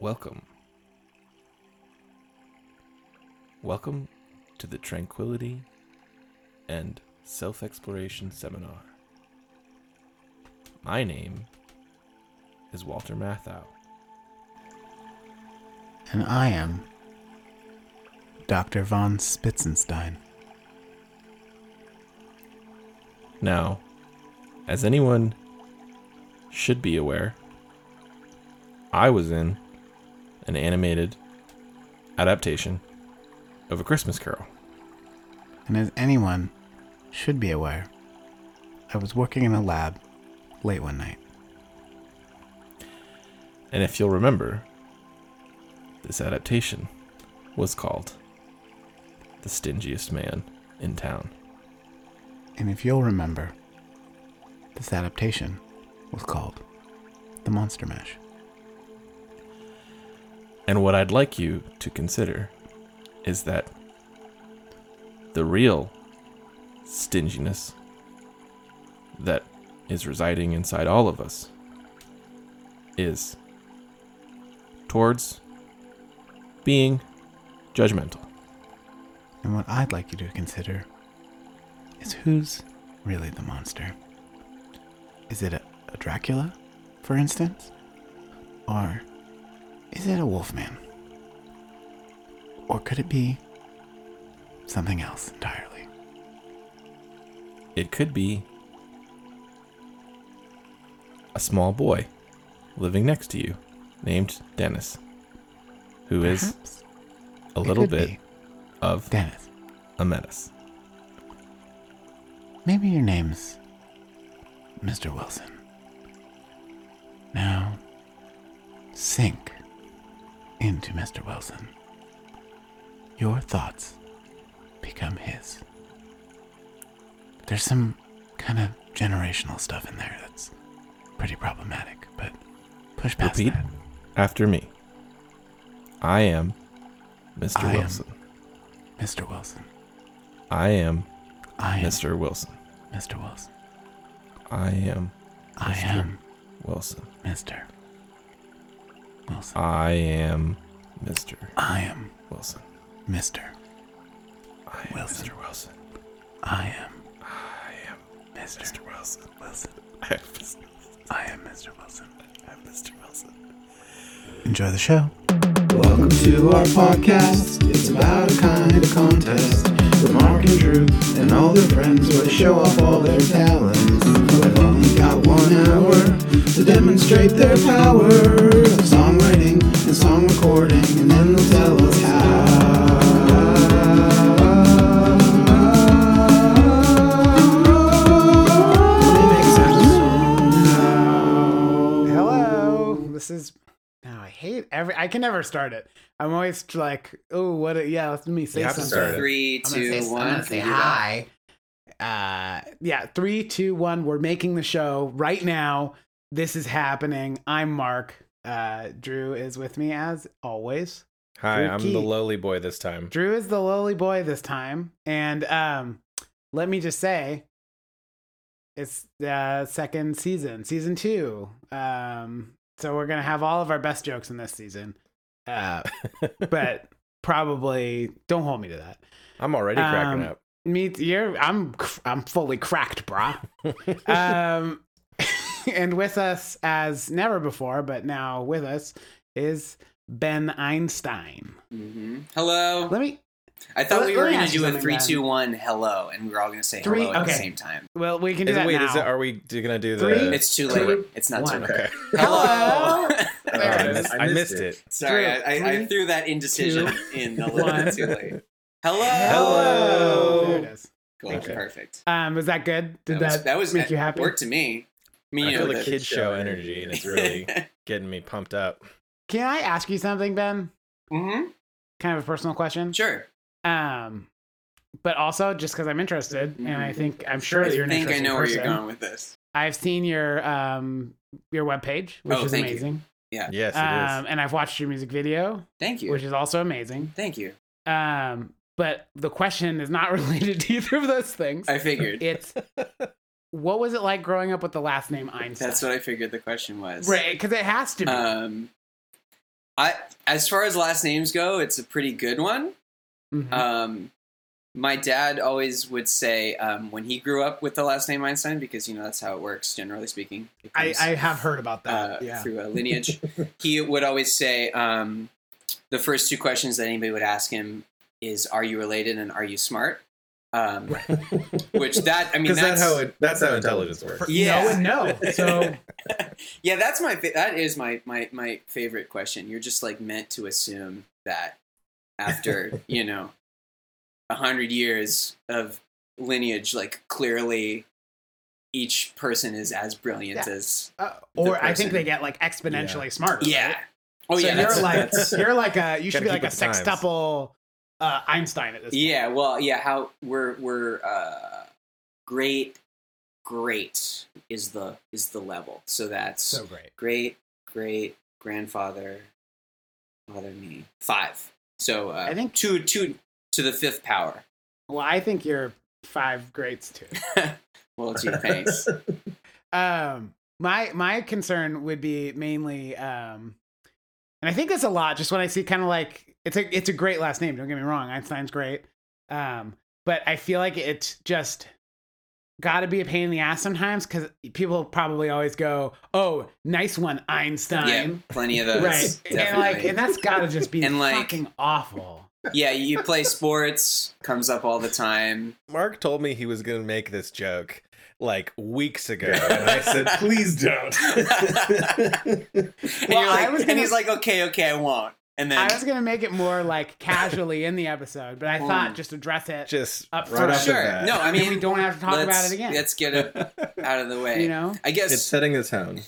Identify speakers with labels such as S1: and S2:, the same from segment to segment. S1: Welcome. Welcome to the Tranquility and Self Exploration Seminar. My name is Walter Matthau.
S2: And I am Dr. von Spitzenstein.
S1: Now, as anyone should be aware, I was in an animated adaptation of A Christmas Carol.
S2: And as anyone should be aware, I was working in a lab late one night.
S1: And if you'll remember, this adaptation was called The Stingiest Man in Town.
S2: And if you'll remember, this adaptation was called The Monster Mash.
S1: And what I'd like you to consider is that the real stinginess that is residing inside all of us is towards being judgmental.
S2: And what I'd like you to consider is who's really the monster? Is it a, a Dracula, for instance? Or is it a Wolfman? Or could it be something else entirely?
S1: It could be a small boy living next to you named Dennis, who is a
S2: Perhaps Uh-huh. it
S1: little
S2: could
S1: bit
S2: be.
S1: of
S2: Dennis,
S1: a menace.
S2: maybe your name's Mr. Wilson. Now, sink into Mr. Wilson. Your thoughts become his. There's some kind of generational stuff in there that's pretty problematic, but push past
S1: Repeat
S2: that.
S1: after me. I am Mr.
S2: I am
S1: Wilson.
S2: Mr. Wilson.
S1: I am
S2: I am
S1: Mr. Wilson.
S2: Mr. Wilson.
S1: I am
S2: I
S1: Mr.
S2: am
S1: Wilson.
S2: Mr. Wilson.
S1: I am Mr.
S2: I am
S1: Wilson.
S2: Mr.
S1: I am
S2: Wilson.
S1: Mr. Wilson.
S2: I am
S1: I am
S2: Mr.
S1: Mr. Wilson.
S2: Wilson.
S1: I am Mr.
S2: I am Mr. Wilson.
S1: I am Mr. Wilson.
S2: Enjoy the show.
S3: Welcome to our podcast. It's about a kind of contest with Mark and Drew and all their friends where they show off all their talents. They've only got one hour to demonstrate their power of songwriting and song recording, and then they'll tell us how.
S2: Hello. This is. Now I hate every. I can never start it. I'm always like, oh, what? A, yeah, let me say
S1: You have to
S2: something.
S1: start it.
S4: Three,
S2: I'm gonna
S4: two,
S2: say, I'm
S4: one.
S2: gonna
S4: Can
S2: say
S4: you do that?
S2: hi. Uh, yeah, three, two, one. We're making the show right now. This is happening. I'm Mark. Uh, Drew is with me as always.
S1: Hi, I'm the
S2: Dookie.
S1: lowly boy this time.
S2: Drew is the lowly boy this time, and um, let me just say, it's uh, second season, season two. Um, so we're gonna have all of our best jokes in this season, uh, but probably don't hold me to that.
S1: I'm already cracking
S2: Um,
S1: up.
S2: Me, t- you're I'm cr- I'm fully cracked, brah. um, and with us as never before, but now with us is Ben Einstein.
S4: Mhm. Hello.
S2: Let me
S4: I thought
S2: let-
S4: we
S2: let
S4: were
S2: me
S4: going to
S2: ask you
S4: do a
S2: something,
S4: three,
S2: Ben.
S4: two, one. Hello, and we were all going to say
S2: Three-
S4: hello at
S2: okay.
S4: the same time.
S2: Well, we can do
S1: Is,
S2: that
S1: wait,
S2: now.
S1: is it, are we d- gonna do the?
S2: Three,
S4: It's too
S2: Two,
S4: late. It's not too
S2: one.
S4: late.
S1: okay.
S4: Hello.
S1: Oh, I, missed, I missed it.
S4: Sorry, I, I,
S2: Three,
S4: I threw that indecision in a little
S2: one.
S4: bit too late. Hello.
S1: Hello.
S2: There it is.
S4: Cool.
S1: Okay.
S4: Perfect.
S2: Um, was that good? Did
S4: was-
S2: that,
S4: was
S2: make you happy?
S4: Worked to me. I mean,
S1: I
S4: you
S1: feel
S4: know,
S1: the
S4: the-
S1: kid show energy, and it's really getting me pumped up.
S2: Can I ask you something, Ben?
S4: Mhm.
S2: Kind of a personal question.
S4: Sure.
S2: Um, but also just because I'm interested, and I
S4: Mhm.
S2: think I'm sure
S4: I
S2: that you're an
S4: think I
S2: interesting
S4: know where
S2: person.
S4: you're going with this.
S2: I've seen your um your webpage, which
S4: Oh,
S2: is
S4: thank you.
S2: amazing.
S1: Yes, it is.
S2: Um, and I've watched your music video,
S4: Thank you.
S2: which is also amazing.
S4: Thank you.
S2: Um, but the question is not related to either of those things.
S4: I figured.
S2: It's what was it like growing up with the last name Einstein?
S4: That's what I figured the question was.
S2: right because it has to be.
S4: Um, I as far as last names go, it's a pretty good one.
S2: Mm-hmm.
S4: Um, my dad always would say um, when he grew up with the last name Einstein, because you know that's how it works, generally speaking. It
S2: I,
S4: comes,
S2: I have heard about that.
S4: uh,
S2: yeah.
S4: through a lineage. he would always say um, the first two questions that anybody would ask him is, "Are you related?" and "Are you smart?" Um, which that I mean,
S1: Because
S4: that's
S1: that's how it, that's how intelligence
S2: For
S1: works.
S4: yeah.
S2: No and no. So
S4: yeah, that's my fa- that is my my my favorite question. You're just like meant to assume that after you know a hundred years of lineage, like clearly each person is as brilliant
S2: Yeah.
S4: as
S2: uh, or I
S4: person.
S2: think they get like exponentially smarter.
S4: yeah.
S2: right?
S4: Oh
S2: so
S4: yeah,
S2: you're
S4: that's,
S2: like
S4: that's-
S2: you're like a you should
S1: Gotta
S2: be like
S1: keep
S2: a
S1: with the times.
S2: sextuple uh, Einstein at this. point.
S4: yeah. Well, yeah. How we're we're uh, great, great is the is the level. So that's
S2: So great.
S4: great great grandfather father me five so uh,
S2: I think-
S4: two two to the fifth power
S2: Well, I think you're five greats too.
S4: well gee thanks
S2: um my my concern would be mainly um and i think that's a lot just when i see kind of like it's a it's a great last name don't get me wrong einstein's great um but i feel like it's just gotta be a pain in the ass sometimes because people probably always go oh nice one
S4: yeah
S2: einstein
S4: plenty of those
S2: right and like
S4: definitely.
S2: and that's gotta just be
S4: And, like-
S2: fucking awful
S4: yeah you play sports comes up all the time
S1: Mark told me he was going to make this joke like weeks ago, and I said, "Please don't."
S4: and,
S2: Well,
S4: you're like,
S2: I was
S4: and
S2: gonna-
S4: he's like okay okay i won't and then
S2: i was gonna make it more like casually in the episode but i
S4: Mm.
S2: thought just address it
S1: Just
S2: Up
S1: right off
S2: front.
S1: the
S4: sure
S1: bat.
S4: no i
S2: and
S4: mean
S2: we don't have to talk about
S4: let's-
S2: it again
S4: let's get it out of the way
S2: you know
S4: i guess
S1: it's setting the tone.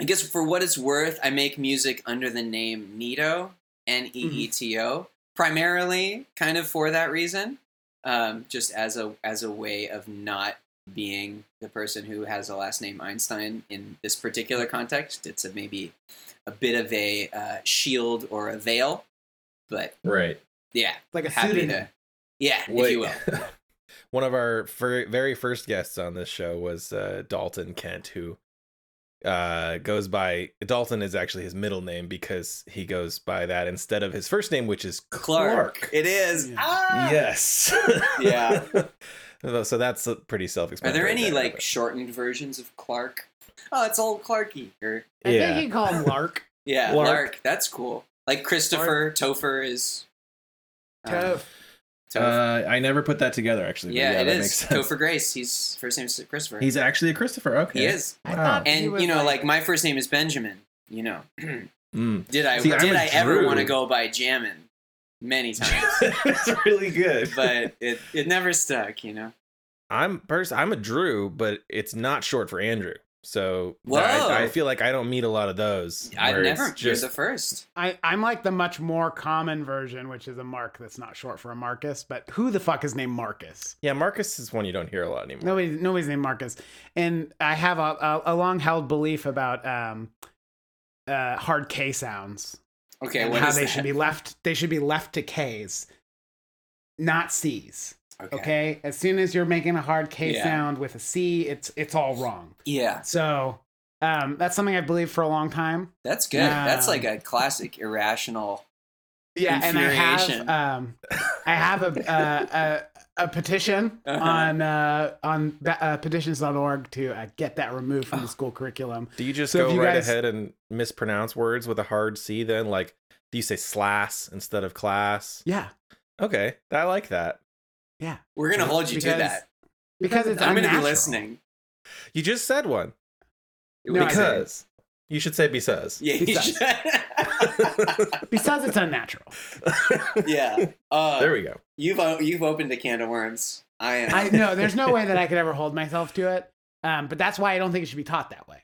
S4: I guess for what it's worth, I make music under the name Neato, N E E T O,
S2: Mm-hmm.
S4: primarily kind of for that reason, um, just as a as a way of not being the person who has a last name Einstein in this particular context. It's a, maybe a bit of a uh, shield or a veil, but
S1: Right.
S4: yeah,
S2: like a
S4: happy
S2: pseudonym.
S4: to, yeah, if
S1: Wait.
S4: you will.
S1: One of our fir- very first guests on this show was uh, Dalton Kent, who uh, goes by Dalton is actually his middle name because he goes by that instead of his first name, which is
S4: Clark,
S1: Clark.
S4: it is.
S2: Yeah.
S4: Ah!
S1: Yes.
S4: Yeah.
S1: so that's uh, pretty
S4: Are
S1: self-explanatory.
S4: there any
S1: but-
S4: like shortened versions of Clark? Oh, it's old Clarky or
S2: I
S1: Yeah.
S2: think you call him Lark.
S4: Yeah, Lark.
S1: Lark.
S4: That's cool. Like Christopher Topher is. um,
S2: Toph.
S4: Toph.
S5: Uh, I never put that together actually. but
S4: yeah, it
S5: that
S4: is
S5: makes sense.
S4: Topher Grace. He's first name is Christopher.
S5: He's actually a Christopher. Okay.
S4: he is,
S2: I
S5: Wow.
S2: thought he
S4: and
S2: was
S4: you know, like, my first name is Benjamin. You know,
S1: Hmm.
S5: Mm.
S4: did I
S5: See, I'm
S4: did
S5: a
S4: I ever
S5: Drew.
S4: want to go by Jammin? Many times,
S1: it's really good.
S4: but it it never stuck. You know.
S1: I'm pers- I'm a Drew, but it's not short for Andrew. So
S4: Whoa.
S1: I, I feel like I don't meet a lot of those.
S4: I've
S1: where it's
S4: never.
S1: just
S4: You're the first.
S2: I, I'm like the much more common version, which is a Mark that's not short for a Marcus, but who the fuck is named Marcus?
S1: yeah. Marcus is one you don't hear a lot anymore.
S2: Nobody, nobody's named Marcus. And I have a, a, a long held belief about um, uh, hard K sounds
S4: Okay,
S2: and
S4: what
S2: how
S4: is
S2: they
S4: that?
S2: should be left. They should be left to K's, not C's.
S4: Okay.
S2: Okay. As soon as you're making a hard K
S4: Yeah.
S2: sound with a C, it's it's all wrong.
S4: Yeah,
S2: So um, that's something I believed for a long time.
S4: that's good. That's like a classic irrational.
S2: yeah and i
S4: Infuriation.
S2: have um i have a uh, a, a petition
S4: Uh-huh.
S2: on uh on ba- uh, petitions.org to uh, get that removed from
S4: Oh.
S2: the school curriculum
S1: Do you just
S2: So if
S1: go
S2: you
S1: right
S2: guys-
S1: ahead and mispronounce words with a hard C? Then like, do you say slass instead of class?
S2: yeah
S1: Okay, I like that.
S4: We're gonna hold you to
S2: Because
S4: that.
S2: because it's
S4: I'm gonna be
S2: unnatural.
S4: listening.
S1: You just said one
S4: It
S2: No, I
S4: was-
S2: didn't.
S1: because you should say because.
S4: yeah, you
S2: Besides.
S4: should.
S2: because it's unnatural
S4: yeah. Uh,
S1: there we go.
S4: You've o- you've opened a can of worms. I am.
S2: i know there's no way that i could ever hold myself to it um but that's why i don't think it should be taught that way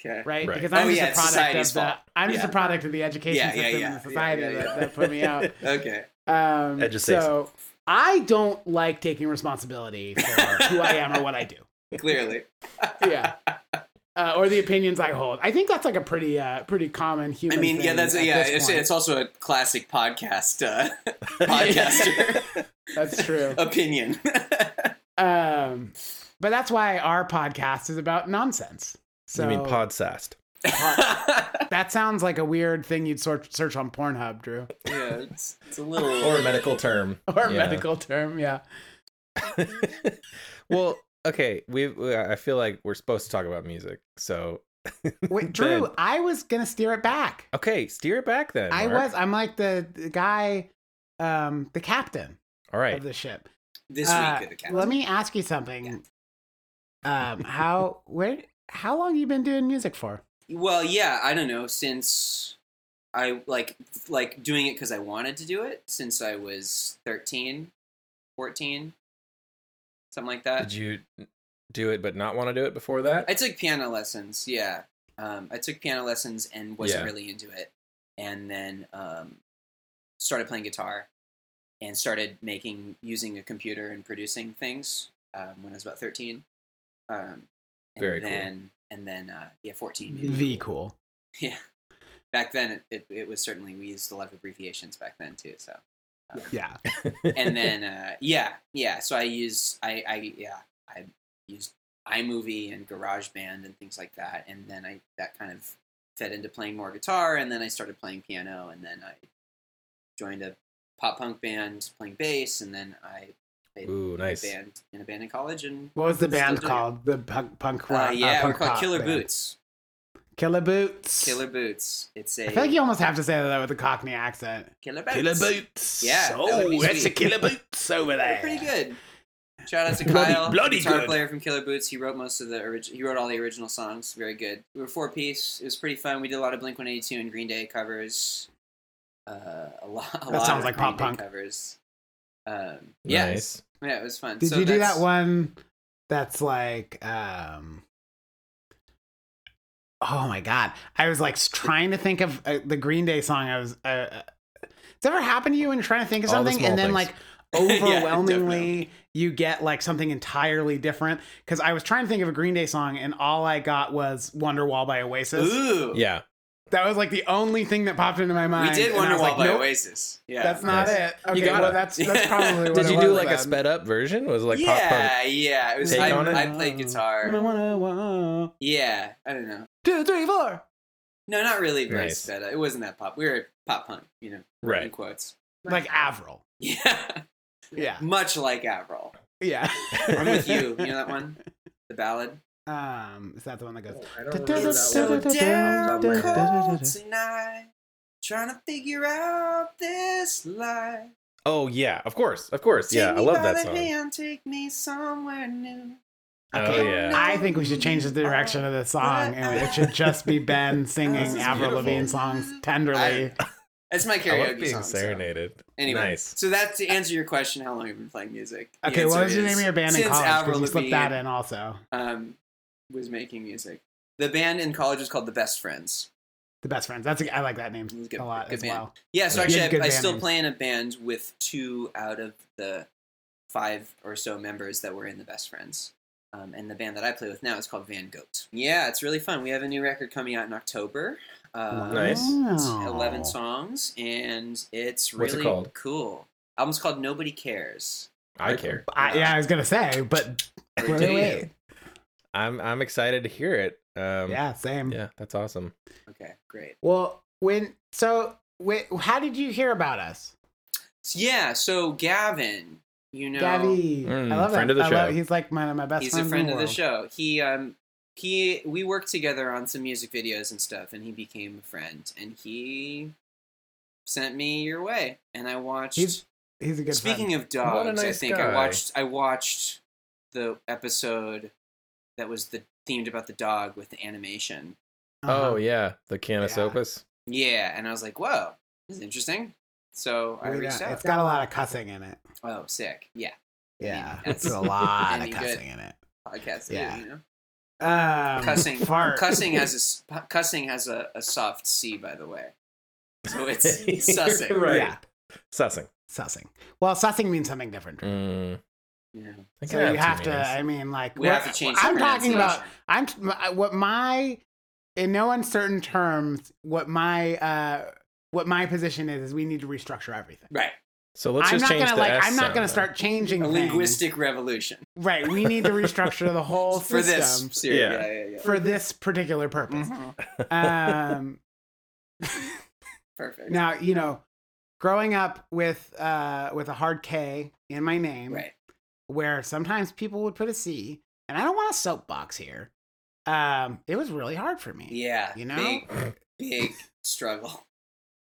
S4: okay.
S2: right,
S1: Right.
S2: because
S4: Oh,
S2: i'm just
S4: yeah,
S2: a
S4: it's
S2: product
S4: society's
S2: of the
S4: fault.
S2: i'm just
S4: Yeah.
S2: a product of the education
S4: Yeah, yeah,
S2: system
S4: yeah.
S2: and
S4: Yeah,
S2: the society
S4: yeah, yeah.
S2: That, that put me out
S4: Okay.
S2: Um,
S1: That just saves
S2: so I don't like taking responsibility for who I am or what I do.
S4: Clearly.
S2: Yeah. Uh, or the opinions I hold. I think that's like a pretty, uh, pretty common
S4: I
S2: human.
S4: mean, yeah.
S2: thing
S4: That's
S2: at
S4: yeah.
S2: this
S4: It's,
S2: point.
S4: it's also a classic podcast uh, podcaster
S2: that's true.
S4: opinion.
S2: Um, but that's why our podcast is about nonsense. So
S1: you mean podsast?
S2: That sounds like a weird thing you'd sort search on Pornhub, Drew,
S4: yeah, it's, it's a little.
S1: or a medical term
S2: or a
S1: Yeah.
S2: medical term. Yeah.
S1: well okay we we- i feel like we're supposed to talk about music so
S2: Wait, Drew,
S1: Then-
S2: I was gonna steer it back.
S1: okay steer it back then
S2: I
S1: Mark.
S2: was. I'm like the, the guy, um, the captain
S1: all
S2: of
S1: right
S2: the ship.
S4: this
S2: Uh,
S4: week of the cat.
S2: Let me ask you something. Um, how where how long you been doing music for?
S4: Well, yeah, I don't know. Since I like like doing it because I wanted to do it since I was 13, 14, something like that.
S1: did you do it but not want to do it before that
S4: Uh, I took piano lessons. Yeah, um, I took piano lessons and wasn't
S1: Yeah.
S4: really into it, and then um, started playing guitar and started making using a computer and producing things um, when I was about thirteen. Um, and
S1: Very cool.
S4: then, And then, uh, yeah, fourteen. maybe.
S2: The cool.
S4: Yeah. Back then, it, it, it was certainly, we used a lot of abbreviations back then too. So,
S2: Yeah.
S4: and then, uh, yeah, yeah. So I used, I, I, yeah, I used iMovie and GarageBand and things like that. And then I, that kind of fed into playing more guitar. And then I started playing piano. And then I joined a pop punk band playing bass. And then I played
S1: Ooh,
S4: in a
S1: nice.
S4: band in a band in college. And,
S2: What was the
S4: Still
S2: band
S4: doing it.
S2: called? The punk punk rock. uh,
S4: uh, yeah, we're
S2: punk
S4: called
S2: pop
S4: Killer
S2: band.
S4: Boots.
S2: Killer Boots.
S4: Killer Boots. It's a
S2: I feel like you almost have to say that with a Cockney accent.
S4: Killer Boots.
S6: Killer boots.
S4: Yeah, that would be
S6: Oh, that's a
S4: sweet.
S6: killer boots over there.
S4: pretty good. Shout out to
S6: Bloody-
S4: Kyle,
S6: bloody
S4: guitar
S6: good.
S4: player from Killer Boots. He wrote most of the original. He wrote all the original songs. Very good. We were four piece. It was pretty fun. We did a lot of Blink One Eighty Two and Green Day covers. Uh, a lot. A
S2: That
S4: lot
S2: sounds
S4: of
S2: like
S4: Green
S2: pop
S4: Day
S2: punk.
S4: covers. Um, yeah,
S1: nice
S4: yeah, it was fun.
S2: Did
S4: so
S2: you do
S4: that's-
S2: that one that's like um Oh my god. I was like s- trying to think of uh, the Green Day song I was uh, uh, It's ever happened to you when you're trying to think of
S1: All the
S2: something
S1: small
S2: and
S1: things.
S2: then like
S4: Yeah, definitely.
S2: overwhelmingly you get like something entirely different cuz I was trying to think of a Green Day song and all I got was Wonderwall by Oasis.
S4: Ooh,
S1: yeah
S2: That was like the only thing that popped into my mind.
S4: we did
S2: and I
S4: Wonderwall
S2: was like,
S4: by
S2: nope,
S4: Oasis. Yeah,
S2: That's not
S1: Nice.
S2: it. Okay,
S1: got
S2: well
S1: it.
S2: that's that's probably what
S1: did
S2: it
S1: you do
S2: was
S1: like a
S2: then.
S1: sped up version was it like
S4: um, yeah,
S1: pop punk
S4: yeah. It was.
S1: take
S4: I,
S1: on it?
S4: I played guitar.
S2: One, uh,
S4: Yeah, I don't know.
S2: two, three, four.
S4: No, not really very
S1: Nice.
S4: sped up. It wasn't that pop. We were pop punk, you know, in
S1: right
S4: quotes.
S2: Like Avril.
S4: Yeah,
S2: Yeah.
S4: much like Avril.
S2: Yeah.
S4: I'm with you. You know that one? The ballad?
S2: Um, is that the one that goes?
S4: It's so damn cold tonight. Trying to figure out this life.
S1: oh yeah of course of course yeah
S4: Take
S1: i
S4: me
S1: love
S4: by
S1: that
S4: the
S1: song
S4: Hand, take me somewhere new.
S1: oh
S2: Okay.
S1: yeah
S2: I think we should change the direction of the song, and it should just be Ben
S4: This
S2: singing
S4: is
S2: Avril
S1: beautiful.
S2: Lavigne songs tenderly.
S4: That's my karaoke
S1: I love being
S4: song. so-
S1: serenaded
S4: Anyway,
S1: nice
S4: so that's to answer your question: How long have you been playing music? The
S2: okay, what
S4: answer
S2: was the
S4: is,
S2: name of your band in
S4: since
S2: college? 'Cause
S4: Avril
S2: you slipped that
S4: Lavigne,
S2: in also.
S4: Um, was making music. The band in college was called the Best Friends.
S2: The best friends. That's a, I like that name
S4: It was good-
S2: a lot
S4: good
S2: as
S4: band.
S2: well.
S4: Yeah, so
S1: Yeah.
S2: You had
S4: actually,
S2: good
S4: I, I
S2: band
S4: still
S2: names.
S4: play in a band with two out of the five or so members that were in the Best Friends. Um, and the band that I play with now is called Van Goat. Yeah, it's really fun. We have a new record coming out in October. Uh,
S1: Nice.
S4: it's
S2: Wow.
S4: Eleven songs, and it's
S1: What's it
S4: really
S1: called?
S4: cool. Album's called Nobody Cares.
S1: i care
S2: I, yeah, I was gonna say, but wait,
S4: Or do
S2: wait,
S4: you?
S2: wait.
S1: i'm i'm excited to hear it um yeah
S2: yeah, same.
S1: yeah that's awesome
S4: Okay, great.
S2: Well, when so, wait, how did you hear about us?
S4: So, yeah, so Gavin, you know,
S2: Gabby,
S1: Mm,
S2: I love
S1: friend
S2: him.
S1: of the
S2: I love-
S1: show.
S2: he's like my my best.
S4: he's
S2: friend
S4: a
S2: in
S4: friend of the
S2: world.
S4: show. He um he we worked together on some music videos and stuff, and he became a friend. And he sent me your way, and I watched.
S2: He's He's a good.
S4: Speaking
S2: friend.
S4: of dogs, I
S1: nice
S4: think I
S1: guy.
S4: watched I watched the episode that was the themed about the dog with the animation.
S2: Uh-huh.
S1: oh yeah the canis
S2: Yeah.
S1: opus
S4: Yeah, and I was like, whoa, this is interesting. So I
S2: Well,
S4: reached
S2: yeah,
S4: out.
S2: It's got a lot of cussing in it.
S4: oh, sick. Yeah,
S2: Yeah,
S4: Yeah.
S2: it's a lot of
S4: Any good.
S2: cussing in it.
S4: podcast.
S2: Yeah.
S4: Yeah, you know,
S2: Um,
S4: cussing.
S2: fart.
S4: Cussing has a s- cussing has a, a soft C, by the way. So it's sussing.
S1: You're right
S2: Yeah,
S1: sussing
S2: sussing. Well, sussing means something different.
S1: Mm.
S4: Yeah.
S1: I think I
S2: So you
S1: two
S2: have to.
S1: meanings.
S2: I mean, like
S4: We have to change. the
S2: I'm talking about.
S4: pronunciation.
S2: I'm t- my- what my in no uncertain terms. What my uh, what my position is is we need to restructure everything.
S4: right.
S1: So let's
S2: I'm
S1: just
S2: not
S1: change
S2: gonna
S1: the
S2: like.
S1: S
S2: I'm not
S1: sound,
S2: gonna
S1: though.
S2: start changing
S4: A
S2: things.
S4: linguistic revolution
S2: Right. We need to restructure the whole
S4: for this
S2: system
S4: series.
S1: Yeah.
S4: Yeah, yeah, yeah.
S2: for this particular purpose.
S4: Mhm.
S2: Um,
S4: Perfect.
S2: now you know, growing up with uh with a hard K in my name,
S4: Right.
S2: where sometimes people would put a C, and I don't want a soapbox here. Um, it was really hard for me.
S4: Yeah.
S2: You know?
S4: Big, big struggle.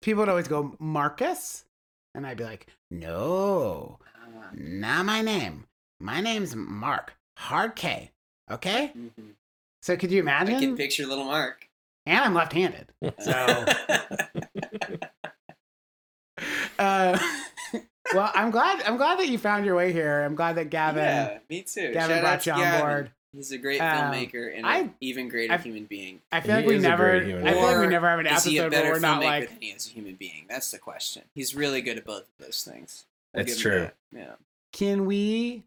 S2: People would always go Marcus, and I'd be like, no,
S4: Ah,
S2: not my name. My name's Mark. Hard K. Okay.
S4: mhm.
S2: So could you
S4: I can
S2: imagine?
S4: picture little Mark.
S2: and I'm left-handed. So. Uh, well, I'm glad. I'm glad that you found your way here. I'm glad that Gavin
S4: yeah, me too.
S2: Gavin
S4: Shout out
S2: brought
S4: to
S2: you on
S4: Gavin.
S2: board.
S4: He's a great
S2: Um,
S4: filmmaker and
S2: I-
S4: an even greater
S2: I've-
S4: human being.
S2: I feel
S1: He
S2: like we
S1: is a
S2: never. I
S1: great human
S2: feel like we
S4: being.
S2: never have an
S4: Is he a
S2: episode
S4: better
S2: where we're
S4: filmmaker
S2: not like.
S4: than he is a human being? That's the question. He's really good at both of those things. We'll
S1: That's
S4: give him
S1: true.
S4: that. Yeah.
S2: Can we,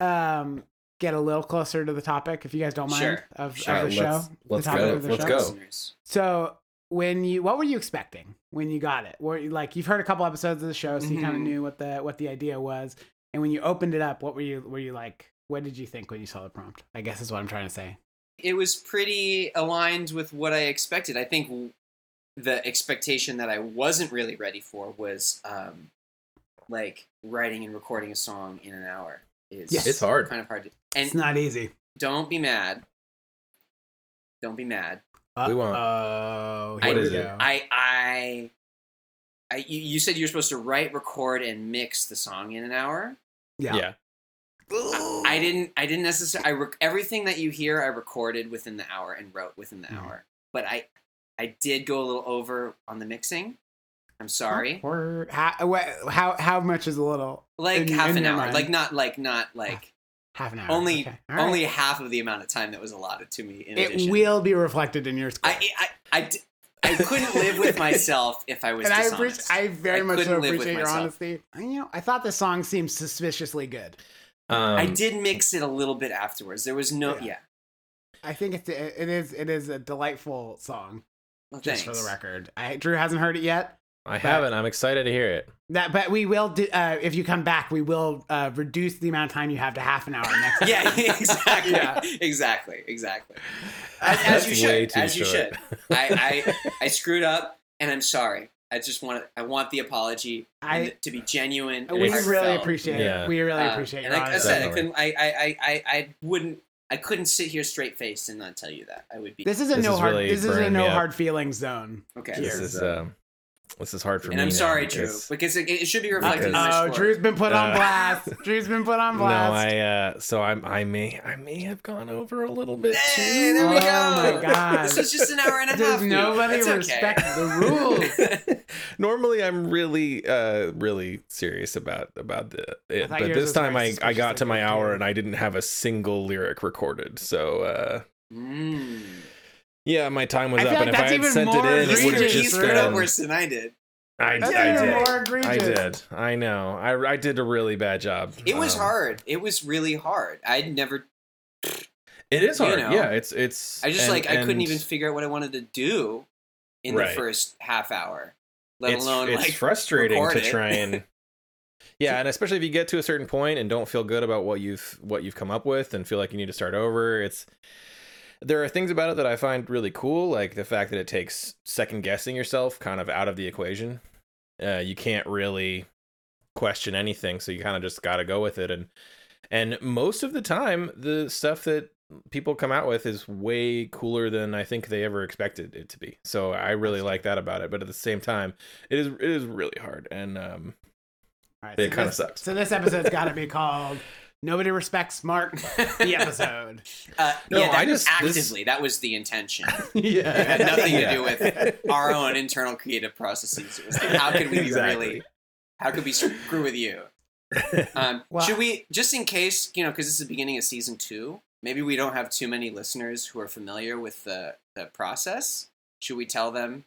S2: um, get a little closer to the topic if you guys don't mind
S4: Sure.
S2: of,
S4: Sure.
S2: of the
S1: Let's-
S2: show?
S1: let's
S2: the topic
S1: go.
S2: Of the
S1: Let's
S2: show?
S1: go.
S4: Listeners.
S2: So when you, what were you expecting when you got it? Were you, like you've heard a couple episodes of the show, so you kind of
S4: Mhm.
S2: knew what the what the idea was. And when you opened it up, what were you were you like? What did you think when you saw the prompt? I guess is what I'm trying to say.
S4: it was pretty aligned with what I expected. I think the expectation that I wasn't really ready for was um, like writing and recording a song in an hour. Is
S2: Yes.
S1: It's hard.
S4: Kind of hard. To,
S2: it's
S4: and
S2: not easy.
S4: don't be mad. Don't be mad.
S1: We won't.
S2: Oh,
S4: I-
S1: What is it?
S4: I I. I, you you said you were supposed to write, record, and mix the song in an hour.
S2: Yeah.
S1: Yeah.
S4: I didn't. I didn't necessarily. I rec- everything that you hear, I recorded within the hour and wrote within the
S2: Mhm.
S4: hour. But I, I did go a little over on the mixing. I'm sorry.
S2: Or how, wha- how how much is a little
S4: Like
S2: In-
S4: half
S2: in
S4: an
S2: your
S4: hour.
S2: mind.
S4: Like not. Like not. Like
S2: half an hour?
S4: only.
S2: Okay. All right.
S4: Only half of the amount of time that was allotted to me. In
S2: it
S4: addition,
S2: will be reflected in your score.
S4: I, I. I. di- I couldn't live with myself if I was
S2: and I, appreciate,
S4: dishonest.
S2: I very
S4: I
S2: much
S4: couldn't
S2: so
S4: live with
S2: appreciate your
S4: myself.
S2: honesty. I- You know, I thought the song seemed suspiciously good.
S1: Um,
S4: I did mix it a little bit afterwards. There was no.
S2: Yeah.
S4: Yeah.
S2: I think it's it is it is a delightful song.
S4: Well,
S2: Just
S4: thanks.
S2: for the record, I, Drew hasn't heard it yet.
S1: I haven't. I'm excited to hear it.
S2: That, but we will do. Uh, if you come back, we will uh, reduce the amount of time you have to half an hour next. time.
S4: Yeah. Exactly.
S2: Yeah.
S4: Exactly. Exactly. As,
S2: I-
S4: as
S1: That's
S4: you
S1: way
S4: should.
S1: too
S4: As you
S1: short.
S4: should. I, I I screwed up, and I'm sorry. I just want I want the apology
S2: I-
S4: and to be genuine. and
S2: Uh, we really
S4: heartfelt.
S2: appreciate
S1: Yeah.
S2: it. We really
S4: Uh,
S2: appreciate
S4: and
S2: your
S4: like I
S2: honesty.
S4: said, I
S1: Definitely.
S4: couldn't. I, I, I, I I wouldn't. I couldn't sit here straight faced and not tell you that. I would be
S2: This is a
S1: This
S2: no
S1: is
S2: hard.
S1: really
S2: this is a
S1: burning
S2: no
S1: me up.
S2: hard feelings zone.
S4: okay.
S1: This
S2: Here.
S1: is um, this is hard for
S4: uh, And
S1: me.
S4: I'm
S1: now
S4: sorry, Drew,
S1: because-
S4: because it, it should be reflected. in my
S2: Oh,
S4: score.
S2: Drew's been put on
S1: Uh,
S2: blast. Drew's been put on
S1: No,
S2: blast.
S1: I uh, so I'm I may I may have gone over a little bit
S4: Hey,
S1: too.
S4: there we
S2: Oh
S4: go.
S2: my God.
S4: This was just an hour and a half.
S2: Does
S4: dude.
S2: nobody
S4: That's okay.
S2: respect the rules?
S1: Normally, I'm really, uh, really serious about about the it,
S2: thought
S1: but
S2: yours
S1: this
S2: was very
S1: time I I got to
S2: suspiciously
S1: my hour
S2: good.
S1: and I didn't have a single lyric recorded. So uh,
S4: Mm.
S1: yeah, my time was
S2: I
S1: up,
S2: feel like
S1: and if I
S2: that's
S1: had
S2: even
S1: sent it
S2: more
S1: in,
S4: You
S1: it would
S4: screwed,
S1: have
S2: egregious.
S4: you
S1: just
S4: screwed up
S1: been.
S4: worse than I did.
S1: I,
S2: That's
S1: I
S2: even
S1: did.
S2: more
S1: I
S2: egregious.
S1: did. I know. I, I did a really bad job.
S4: It was
S1: Um,
S4: hard. It was really hard. I'd never
S1: It is
S4: You
S1: hard.
S4: know.
S1: yeah, it's it's.
S4: I just
S1: and-
S4: like I couldn't
S1: and
S4: even figure out what I wanted to do in
S1: Right.
S4: the first half hour, let
S1: it's,
S4: alone
S1: it's
S4: like
S1: frustrating to
S4: record it.
S1: try and. Yeah, and especially if you get to a certain point and don't feel good about what you've what you've come up with and feel like you need to start over, it's there are things about it that I find really cool, like the fact that it takes second guessing yourself kind of out of the equation. Uh, you can't really question anything, so you kind of just got to go with it. And and most of the time, the stuff that people come out with is way cooler than I think they ever expected it to be. So I really like that about it. But at the same time, it is it is really hard, and um,
S2: All right,
S1: it
S2: so
S1: kind of
S2: this-
S1: sucks.
S2: So this episode's got to be called "Nobody Respects Mark." The episode.
S4: uh,
S1: No,
S4: yeah, that
S1: I
S4: was
S1: just- this-
S4: actively that was the intention.
S2: yeah.
S4: It had nothing to
S1: Yeah.
S4: do with our own internal creative processes. It was like, how could we
S1: Exactly.
S4: really, how could we screw with you? Um,
S2: Well-
S4: should we just in case you know because this is the beginning of season two? Maybe we don't have too many listeners who are familiar with the the process. Should we tell them?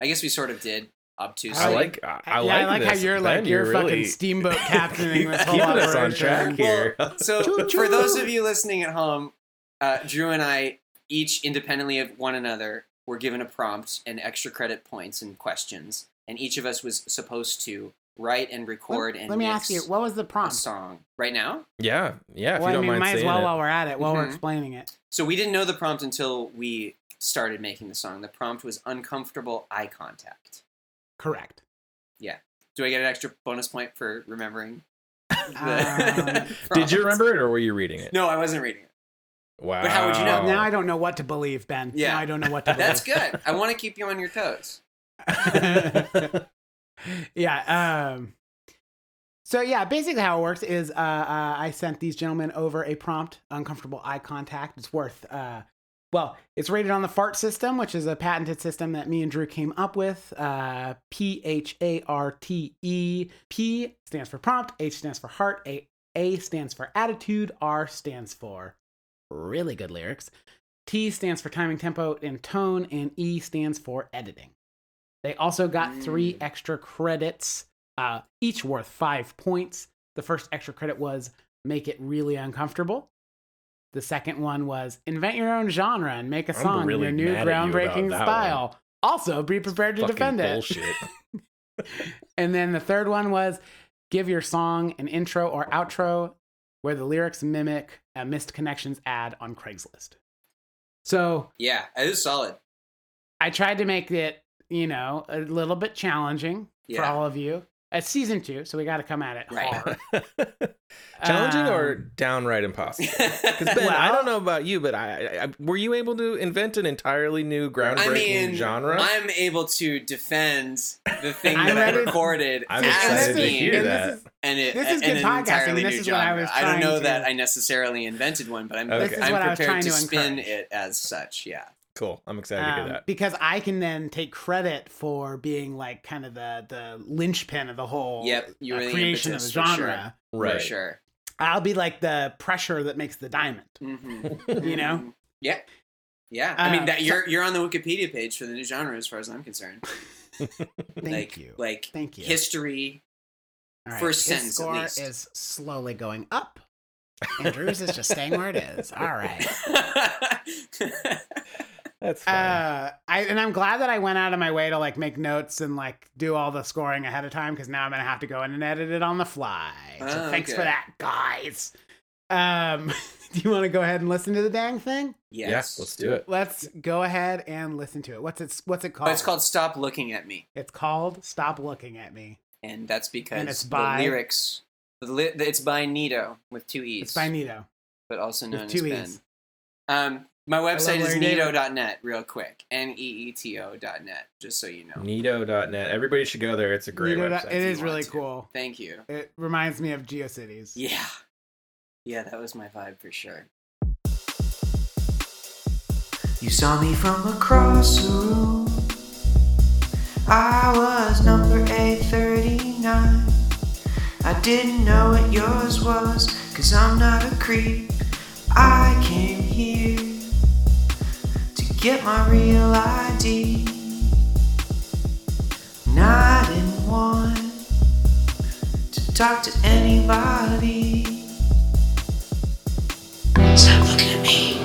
S4: I guess we sort of did obtusely.
S1: I like I, I
S2: yeah, I like how
S1: this.
S2: you're
S1: Ben,
S2: like you're,
S1: really
S2: fucking steamboat captaining this whole
S1: keeping us on
S2: operation.
S1: track here.
S4: So,
S1: Choo-choo.
S4: for those of you listening at home, uh, Drew and I, each independently of one another, were given a prompt and extra credit points and questions, and each of us was supposed to write and record
S2: let,
S4: and
S2: let me
S4: mix
S2: ask you, what was the
S4: a
S2: prompt?
S4: song right now.
S1: Yeah, yeah. If you
S2: well, I
S1: don't
S2: mean,
S1: mind
S2: might as
S1: saying
S2: well
S1: it.
S2: while we're at it, while we're
S4: Mhm.
S2: explaining it.
S4: So we didn't know the prompt until we started making the song. The prompt was uncomfortable eye contact.
S2: Correct.
S4: Do I get an extra bonus point for remembering?
S2: Um,
S1: Did you
S4: prompt?
S1: remember it or were you reading it?
S4: No, I wasn't reading it.
S1: Wow.
S4: how would you
S1: Oh.
S4: know?
S2: Now I don't know what to believe, Ben.
S4: Yeah.
S2: Now I don't know what to believe.
S4: That's good. I want to keep you on your toes.
S2: yeah. Um, so yeah, basically how it works is uh, uh, I sent these gentlemen over a prompt, uncomfortable eye contact. It's worth, uh, well, it's rated on the fart system, which is a patented system that me and Drew came up with. Uh, P H A R T E. P stands for prompt. H stands for heart. A A stands for attitude. R stands for really good lyrics. T stands for timing, tempo, and tone, and E stands for editing. They also got three
S4: Mm.
S2: extra credits, uh, each worth five points. The first extra credit was make it really uncomfortable. The second one was invent your own genre and make a
S1: I'm
S2: song
S1: really
S2: in your new
S1: mad at you about
S2: groundbreaking
S1: that
S2: style. Also, be prepared to
S1: Fucking
S2: defend it.
S1: bullshit.
S2: And then the third one was give your song an intro or outro where the lyrics mimic a missed connections ad on Craigslist. So
S4: Yeah, it was solid.
S2: I tried to make it, you know, a little bit challenging for
S4: Yeah.
S2: all of you. It's season two, so we got to come at it
S4: Right.
S2: hard.
S1: Challenging or
S2: Um,
S1: downright impossible? Because Ben, I don't know about you, but I, I- I were you able to invent an entirely new groundbreaking
S4: I mean,
S1: genre?
S4: I'm able to defend the thing
S2: I'm
S4: that I
S2: ready-
S4: recorded
S1: I'm
S4: as
S1: excited to
S4: being
S1: hear
S2: and
S1: that.
S2: This is,
S4: and it,
S2: This is
S4: and
S2: good
S4: an
S2: podcasting.
S4: entirely
S2: This
S4: new
S2: is what I
S4: genre.
S2: was
S4: I, don't know
S2: trying
S4: that
S2: to-
S4: I necessarily invented one, but I'm,
S1: This is
S4: I'm
S2: what I was
S4: prepared
S2: trying
S4: to,
S2: to
S4: spin
S2: encourage.
S4: it as such. Yeah.
S1: cool. I'm excited to
S2: um,
S1: hear that.
S2: because I can then take credit for being like kind of the the linchpin of the whole
S4: Yep. You
S2: uh,
S4: were the
S2: creation of the
S4: impetus
S2: genre.
S4: for sure. For sure.
S2: I'll be like the pressure that makes the diamond.
S4: Mhm.
S2: You know?
S4: Mhm. Yeah. Yeah. I mean
S2: Um,
S4: that
S2: so-
S4: you're you're on the Wikipedia page for the new genre as far as I'm concerned.
S2: Thank
S4: like
S2: you.
S4: like
S2: Thank you.
S4: history.
S2: All
S4: first
S2: his
S4: sentence, at
S2: score
S4: least.
S2: is slowly going up. Andrews is just staying where it is. All right.
S1: That's fine.
S2: Uh, I and I'm glad that I went out of my way to like make notes and like do all the scoring ahead of time because now I'm gonna have to go in and edit it on the fly. So
S4: Oh,
S2: thanks for
S4: okay.
S2: that, guys. Um, do you want to go ahead and listen to the dang thing?
S1: yes,
S4: yes.
S1: let's do it.
S2: Let's go ahead and listen to it. What's it? What's it called?
S4: Oh, it's called Stop Looking at Me.
S2: It's called "Stop Looking at Me."
S4: And that's because
S2: it's
S4: the
S2: by-
S4: lyrics the li- it's by Nito with two E's.
S2: It's by Nito.
S4: but also
S2: with
S4: known as
S2: two
S4: Ben.
S2: E's.
S4: Um, my website is
S2: Larry David.
S4: neato.net, real quick. N E E T O dot net, just so you know.
S1: Neato.net. Everybody should go there. It's a great
S2: Nito-
S1: website.
S2: it
S4: if
S2: is
S4: you
S2: really
S4: want to.
S2: cool.
S4: Thank you.
S2: It reminds me of GeoCities.
S4: Yeah. Yeah, that was my vibe for sure.
S7: You saw me from across the room. I was number 839. I didn't know what yours was, cause I'm not a creep. I came here to get my real ID. Not in one to talk to anybody. Stop looking at me.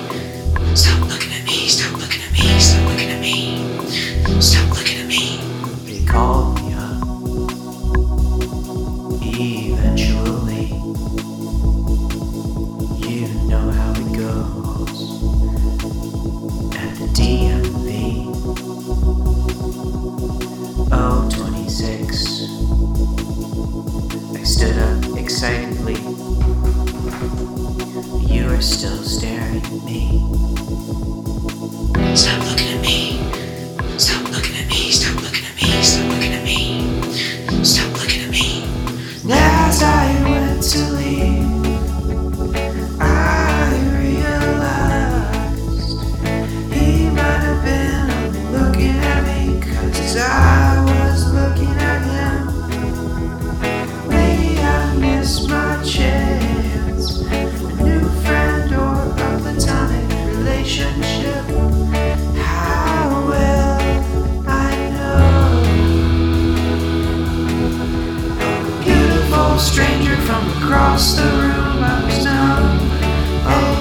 S7: Stop looking at me, stop looking at me, stop looking at me. Stop looking at me. They called me up. Eventually, you know how it goes. At the DMV, Oh, 026. I stood up excitedly. You were still staring at me. Stop looking at me. Stop looking at me. Stop looking at me. Stop looking at me. Stop looking at me. And As I went to leave, I realized he might have been looking at me because I was looking at him. Maybe I missed my chance. A new friend or a platonic relationship. How will I know? A beautiful stranger from across the room, I was numb. Oh,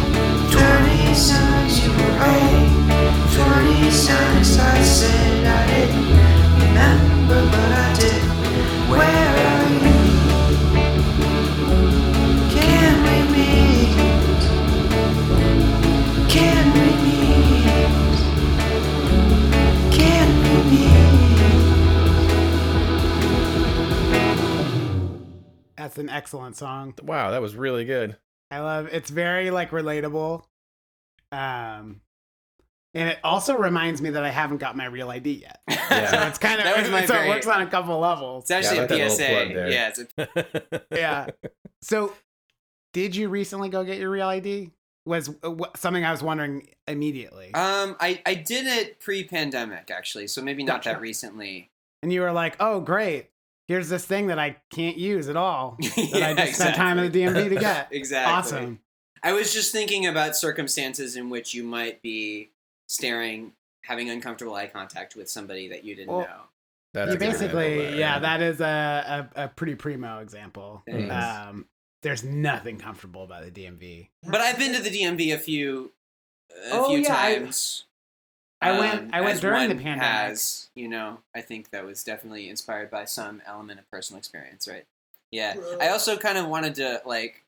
S7: 20 signs you were eight. 30 signs I said I didn't. You
S2: It's an excellent song.
S1: Wow, that was really good.
S2: I love it's very like relatable. Um and it also reminds me that I haven't got my real ID yet. So
S1: Yeah.
S2: it's kind of
S4: That was my
S2: so
S4: very-
S2: it works on a couple levels.
S4: It's actually
S1: I like that
S4: a
S1: little plug
S4: PSA.
S1: there.
S4: Yeah, it's a,
S2: Yeah. So did you recently go get your real ID? Was uh, wh- something I was wondering immediately.
S4: um, I I did it pre-pandemic actually, so maybe not that recently.
S2: and you were like, "Oh, great. Here's this thing that I can't use at all that I
S4: Yeah,
S2: just spent time in the DMV to get."
S4: Exactly.
S2: Awesome.
S4: I was just thinking about circumstances in which you might be staring, having uncomfortable eye contact with somebody that you didn't
S2: Well,
S4: know.
S1: That's
S2: You
S1: a good
S2: basically,
S1: handle there.
S2: yeah, that is a, a, a pretty primo example.
S1: Mm.
S4: Thanks.
S2: Um, there's nothing comfortable about the DMV.
S4: But I've been to the DMV a few, a
S2: Oh,
S4: few
S2: yeah, I-
S4: times. Um,
S2: I went- I went
S4: as
S2: during the
S4: one
S2: pandemic.
S4: Has, you know, I think that was definitely inspired by some element of personal experience, right? Yeah. I also kind of wanted to like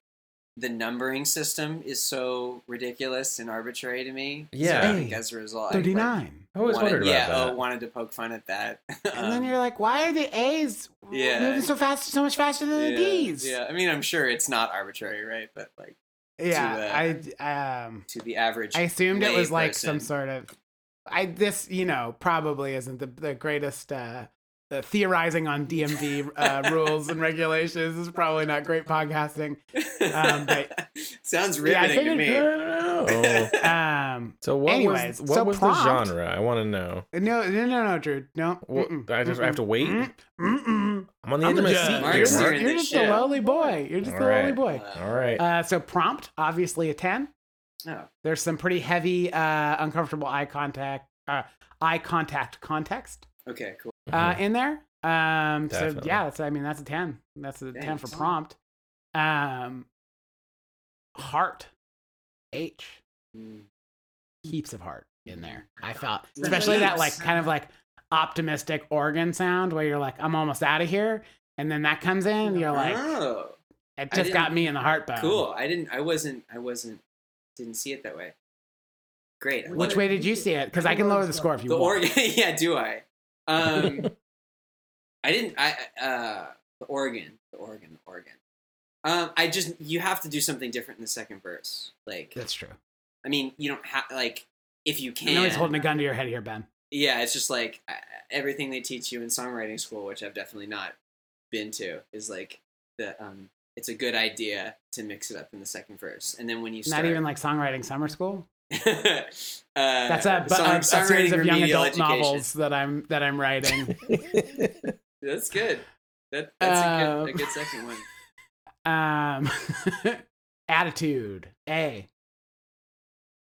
S4: the numbering system is so ridiculous and arbitrary to me. So
S1: Yeah.
S4: I think as a result, I, like,
S2: 39.
S1: I always
S4: wanted,
S1: wondered
S4: yeah,
S1: about
S4: oh,
S1: that.
S4: wanted to poke fun at that.
S2: And then
S4: Um,
S2: you're like, why are the A's
S4: Yeah.
S2: moving so fast, so much faster than the
S4: yeah,
S2: D's?
S4: Yeah, I mean, I'm sure it's not arbitrary, right? But like
S2: Yeah, I um,
S4: to the average,
S2: I assumed it
S4: lay
S2: was like some
S4: person.
S2: sort of. I this you know probably isn't the the greatest. Uh, the theorizing on DMV uh, rules and regulations is probably not great podcasting. um, but-
S4: sounds
S2: Yeah, I
S4: riveting to
S2: figured-
S1: I
S4: me.
S1: don't know.
S2: Um,
S1: So what
S2: Anyways,
S1: was what
S2: so
S1: was
S2: prompt-
S1: the genre? I want to know.
S2: No, no, no, no, Drew. No.
S1: What,
S2: Mm-mm.
S1: I just I have to wait.
S2: Mm-mm. Mm-mm.
S1: I'm on the edge of
S2: I'm a
S1: my
S2: judge.
S1: seat.
S4: Mark's
S2: You're,
S1: here,
S2: just-
S4: steering
S1: Mark.
S2: you're
S4: this
S2: just a
S4: ship.
S2: lowly boy. You're just a lowly
S1: Alright.
S2: boy.
S1: All right.
S2: Uh, so prompt, obviously a ten.
S4: Oh.
S2: There's some pretty heavy, uh, uncomfortable eye contact, uh, eye contact context
S4: Okay, cool.
S2: uh, in there. Um, so
S1: Uh-huh. Definitely.
S2: yeah, that's I mean that's a ten. That's a ten for
S4: Thanks.
S2: prompt. Um, heart, H,
S4: Mm.
S2: heaps of heart in there. I felt especially that like kind of like optimistic organ sound where you're like I'm almost out of here, and then that comes in and you're like um,
S4: oh,
S2: it
S4: I
S2: just got
S4: didn't-
S2: me in the heart bone.
S4: cool. I didn't. I wasn't. I wasn't. Didn't see it that way. Great. I love
S2: Which
S4: it.
S2: way did you see it? Because I can lower the score if you
S4: The
S2: want.
S4: organ. yeah. Do I? Um, I didn't. I uh, the organ. The organ. The organ. Um, I just you have to do something different in the second verse. Like,
S2: That's true.
S4: I mean, you don't have like if you
S2: I
S4: can.
S2: know he's holding a gun to your head here, Ben.
S4: yeah, it's just like uh, everything they teach you in songwriting school, which I've definitely not been to, is like the um, it's a good idea to mix it up in the second verse, and then when you start,
S2: Not even like songwriting summer school.
S4: uh,
S2: That's a, bu-
S4: song-
S2: a, a series of young
S4: remedial
S2: adult
S4: education.
S2: novels that I'm that I'm writing.
S4: That's good. That, that's a, good, a
S2: Um,
S4: good second one.
S2: um, attitude A.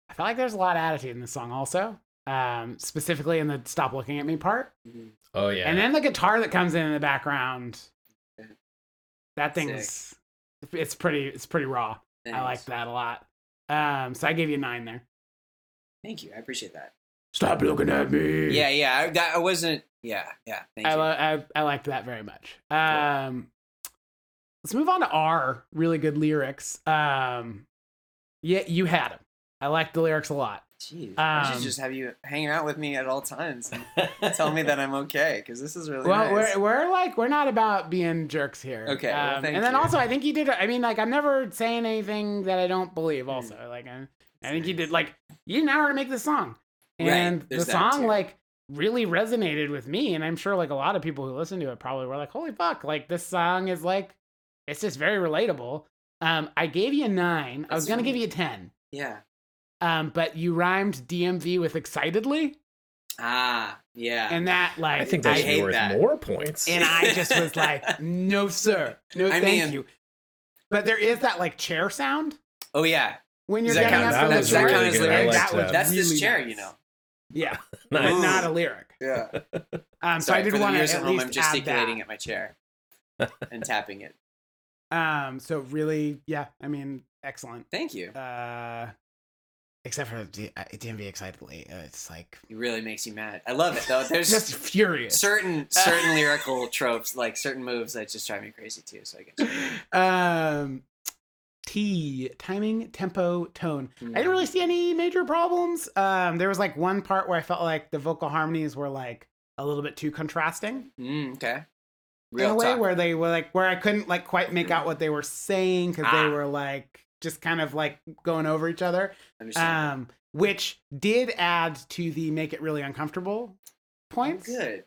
S2: I feel like there's a lot of attitude in this song, also. Um, specifically in the "Stop Looking at Me" part,
S4: Mhm.
S1: oh yeah.
S2: and then the guitar that comes in in the background. That thing's it's pretty it's pretty raw. I like
S4: Thanks.
S2: that a lot. Um, so I gave you a nine there.
S4: Thank you. I appreciate that.
S2: Stop looking at me.
S4: Yeah, yeah. I, that, I wasn't. Yeah, yeah. Thank
S2: I,
S4: you.
S2: lo- I I liked that very much. Um, let's move on to R. Really good lyrics. Um, yeah, you had them. I liked the lyrics a lot.
S4: Jeez, I should
S2: um,
S4: just have you hanging out with me at all times and tell me that I'm okay because this is really
S2: Well,
S4: nice.
S2: we're we're like we're not about being jerks here. Um,
S4: Okay, well, thank
S2: and then
S4: you.
S2: also, I think you did. I mean, like I'm never saying anything that I don't
S4: Hmm.
S2: believe. Also, like I, I think you did. Like you did an hour to make this song,
S4: Right,
S2: and the
S4: there's that
S2: song
S4: too.
S2: like really resonated with me, and I'm sure like a lot of people who listen to it probably were like, "Holy fuck!" Like this song is like it's just very relatable. Um, I gave you a nine. I was
S4: That's
S2: gonna give
S4: right.
S2: you a ten.
S4: yeah.
S2: Um, but you rhymed DMV with excitedly,
S4: Ah, yeah.
S2: and that like
S1: I think that
S4: I
S1: should be
S4: hate
S1: worth
S4: that.
S1: more points.
S2: and I just was like, "No, sir, no,
S4: I
S2: thank
S4: mean-
S2: you." But there is that like chair sound
S4: oh yeah,
S2: when you're
S4: Does that
S2: getting
S4: count?
S2: up.
S4: That
S2: to
S4: was
S2: the
S4: really
S2: chair.
S4: good. I liked
S2: was
S1: that.
S4: that's this
S2: really
S4: chair,
S2: nice.
S4: you know.
S2: Yeah,
S1: Nice.
S2: but not a lyric.
S4: Yeah.
S2: Um, so
S4: Sorry,
S2: I did
S4: for the
S2: want to
S4: viewers
S2: at
S4: at home,
S2: least
S4: I'm
S2: add
S4: gesticulating
S2: that.
S4: at my chair and tapping it.
S2: Um, so really, yeah, I mean, excellent.
S4: Thank you.
S2: Uh, except for D- uh, DMV excitedly, uh, it's like
S4: It really makes you mad. I love it though. There's
S2: just furious.
S4: certain certain lyrical tropes, like certain moves that just drive me crazy too. So I get you.
S2: um, T timing, tempo, tone.
S4: Hmm.
S2: I didn't really see any major problems. Um, there was like one part where I felt like the vocal harmonies were like a little bit too contrasting.
S4: Mm, okay. Real
S2: in a way
S4: talk.
S2: where they were like where I couldn't like quite make out what they were saying because
S4: Ah.
S2: they were like just kind of like going over each other.
S4: Understand.
S2: Um, which did add to the make it really uncomfortable points.
S4: Oh, Good.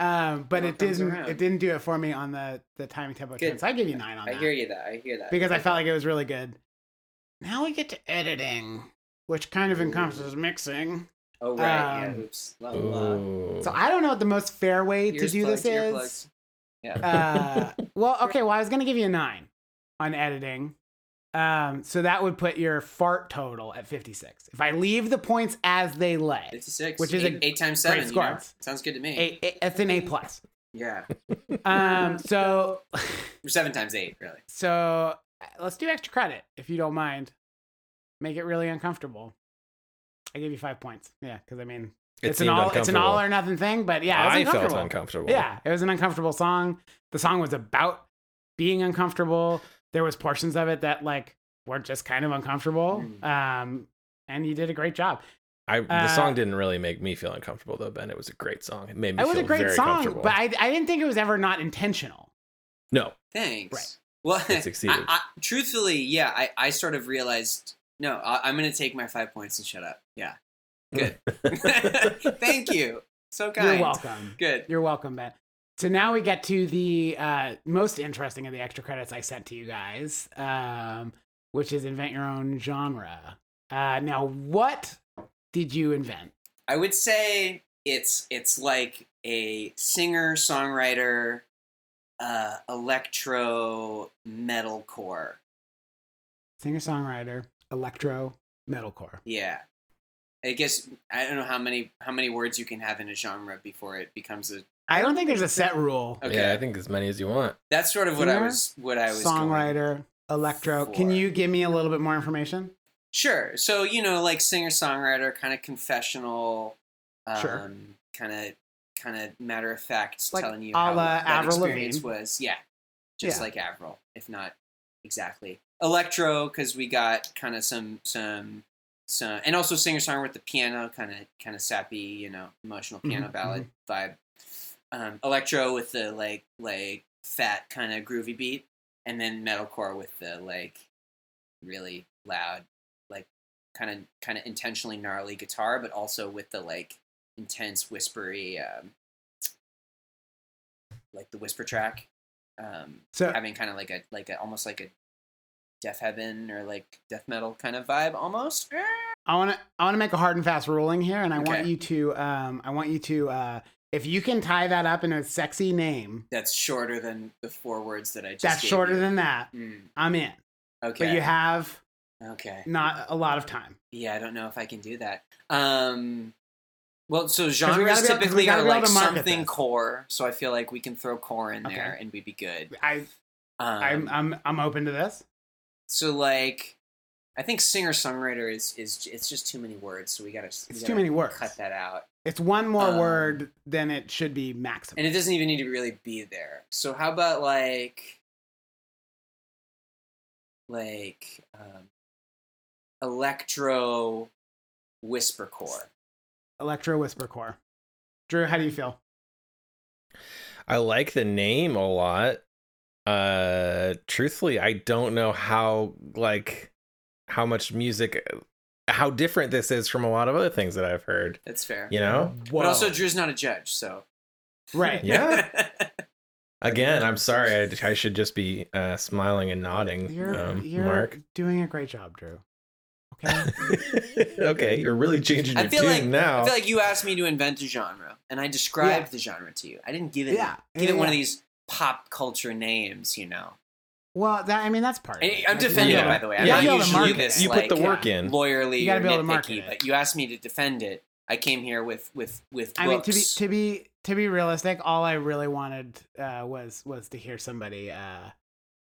S2: Um, but
S4: Well,
S2: it
S4: it comes
S2: didn't
S4: around.
S2: it didn't do it for me on the the timing tempo
S4: Good.
S2: chance. I give you nine on
S4: I
S2: that
S4: hear you. That I hear that.
S2: Uh, because I felt like it was really good. Now we get to editing, which kind of encompasses mixing.
S4: oh right.
S2: um,
S4: yeah. Oops. La, la, la.
S1: Ooh.
S2: So I don't know what the most fair way to
S4: Ears
S2: do this
S4: plugged, ear
S2: is.
S4: plugged.
S2: uh, well, okay. Well, I was gonna give you a nine on editing, um, so that would put your fart total at fifty-six. If I leave the points as they lay,
S4: Fifty-six.
S2: Which is a
S4: eight, eight times seven. you know?
S2: score.
S4: Sounds good to me.
S2: a, a, it's an A plus.
S4: Yeah.
S2: Um, so,
S4: Seven times eight, really.
S2: so uh, let's do extra credit if you don't mind. Make it really uncomfortable. I give you five points. Yeah, because I mean,
S1: It
S2: it's an
S1: seemed
S2: all it's an
S1: uncomfortable.
S2: all or nothing thing. But yeah, it's
S1: I felt
S2: uncomfortable.
S1: uncomfortable.
S2: Yeah, it was an uncomfortable song. The song was about being uncomfortable. There was portions of it that like were just kind of uncomfortable.
S1: Mm.
S2: Um, and you did a great job.
S1: I, the
S2: Uh,
S1: song didn't really make me feel uncomfortable though, Ben. It was a great song. It made me
S2: It was
S1: feel
S2: a great
S1: very
S2: song,
S1: comfortable.
S2: but I, I didn't think it was ever not intentional.
S1: no,
S4: Thanks.
S2: Right.
S4: Well,
S1: It succeeded.
S4: I, I, truthfully, yeah, I, I sort of realized no, I, I'm going to take my five points and shut up. Yeah. Good. Thank you. So kind.
S2: You're welcome.
S4: Good.
S2: You're welcome, Ben. So now we get to the uh, most interesting of the extra credits I sent to you guys, um, which is invent your own genre. Uh, now, what did you invent?
S4: I would say it's it's like a singer songwriter uh electro metalcore.
S2: Singer songwriter, electro, metalcore.
S4: Yeah. I guess I don't know how many how many words you can have in a genre before it becomes a
S2: I don't think there's a set rule.
S4: Okay.
S1: yeah, I think as many as you want.
S4: That's sort of what I
S2: Singer,
S4: was what I was going-
S2: Songwriter, electro. Can
S4: for.
S2: you give me a little bit more information?
S4: Sure. So, you know, like singer songwriter, kind of confessional, um,
S2: Sure.
S4: kind of kind of matter of fact,
S2: Like
S4: telling you
S2: a
S4: how
S2: la
S4: that
S2: Avril
S4: experience
S2: Lavigne.
S4: was. Yeah, just
S2: Yeah.
S4: like Avril, if not exactly electro, because we got kind of some some some, and also singer songwriter with the piano, kind of kind of sappy, you know, emotional piano
S2: Mhm,
S4: ballad vibe. Um, electro with the like like fat kind of groovy beat, and then metalcore with the like really loud like kind of kind of intentionally gnarly guitar but also with the like intense whispery um like the whisper track um
S2: So
S4: having kind of like a like a almost like a death heaven or like death metal kind of vibe almost
S2: Eh. I want to I want to make a hard and fast ruling here, and I want
S4: Okay.
S2: you to um I want you to uh if you can tie that up in a sexy name
S4: that's shorter than the four words that i just
S2: that's
S4: gave
S2: shorter
S4: you.
S2: than that,
S4: Mm,
S2: I'm in.
S4: okay
S2: But you have
S4: okay
S2: not a lot of time.
S4: yeah i don't know if i can do that um well, so
S2: gotta be able-
S4: genres
S2: 'cause we
S4: typically
S2: gotta
S4: are
S2: be able
S4: like
S2: to market
S4: something
S2: this.
S4: core, so I feel like we can throw core in
S2: Okay.
S4: there and we'd be good.
S2: I
S4: Um,
S2: I'm uh I'm I'm open to this.
S4: so like, I think singer songwriter is is it's just too many words, so we gotta we
S2: It's
S4: gotta
S2: too many words.
S4: cut that out,
S2: It's one more
S4: Um,
S2: word than it should be maximum.
S4: and it doesn't even need to really be there. So how about like like um, electro whisper core?
S2: Electro Whisper Core. Drew, how do you feel?
S1: I like the name a lot. Uh truthfully, I don't know how like how much music uh, how different this is from a lot of other things that I've heard,
S4: That's fair.
S1: you know?
S4: But also, Drew's not a judge, so
S2: right.
S1: Yeah. Again, I'm sorry. I, I should just be uh, smiling and nodding,
S2: You're
S1: um,
S2: you're
S1: Mark.
S2: doing a great job, Drew. Okay.
S1: okay, you're really changing
S4: I
S1: your
S4: feel
S1: tune
S4: like-
S1: now.
S4: I feel like you asked me to invent a genre, and I described the genre to you. I didn't give it
S2: Yeah.
S4: give it
S2: Yeah,
S4: one of
S2: yeah.
S4: these pop culture names, you know.
S2: Well, that I mean that's part. Of
S4: And
S2: it.
S4: I'm
S2: Like, you
S4: defending
S2: gotta-
S4: it, by the way. I'm
S2: you
S4: not
S2: gotta be able to
S4: usually
S2: market
S4: this
S2: it.
S1: you put the
S4: like,
S1: work in.
S4: lawyerly
S2: You gotta
S4: or
S2: be able to market
S4: nitpicky,
S2: it.
S4: but you asked me to defend it. I came here with with with
S2: I mean, to be
S4: books.
S2: to be to be realistic, all I really wanted uh, was was to hear somebody uh,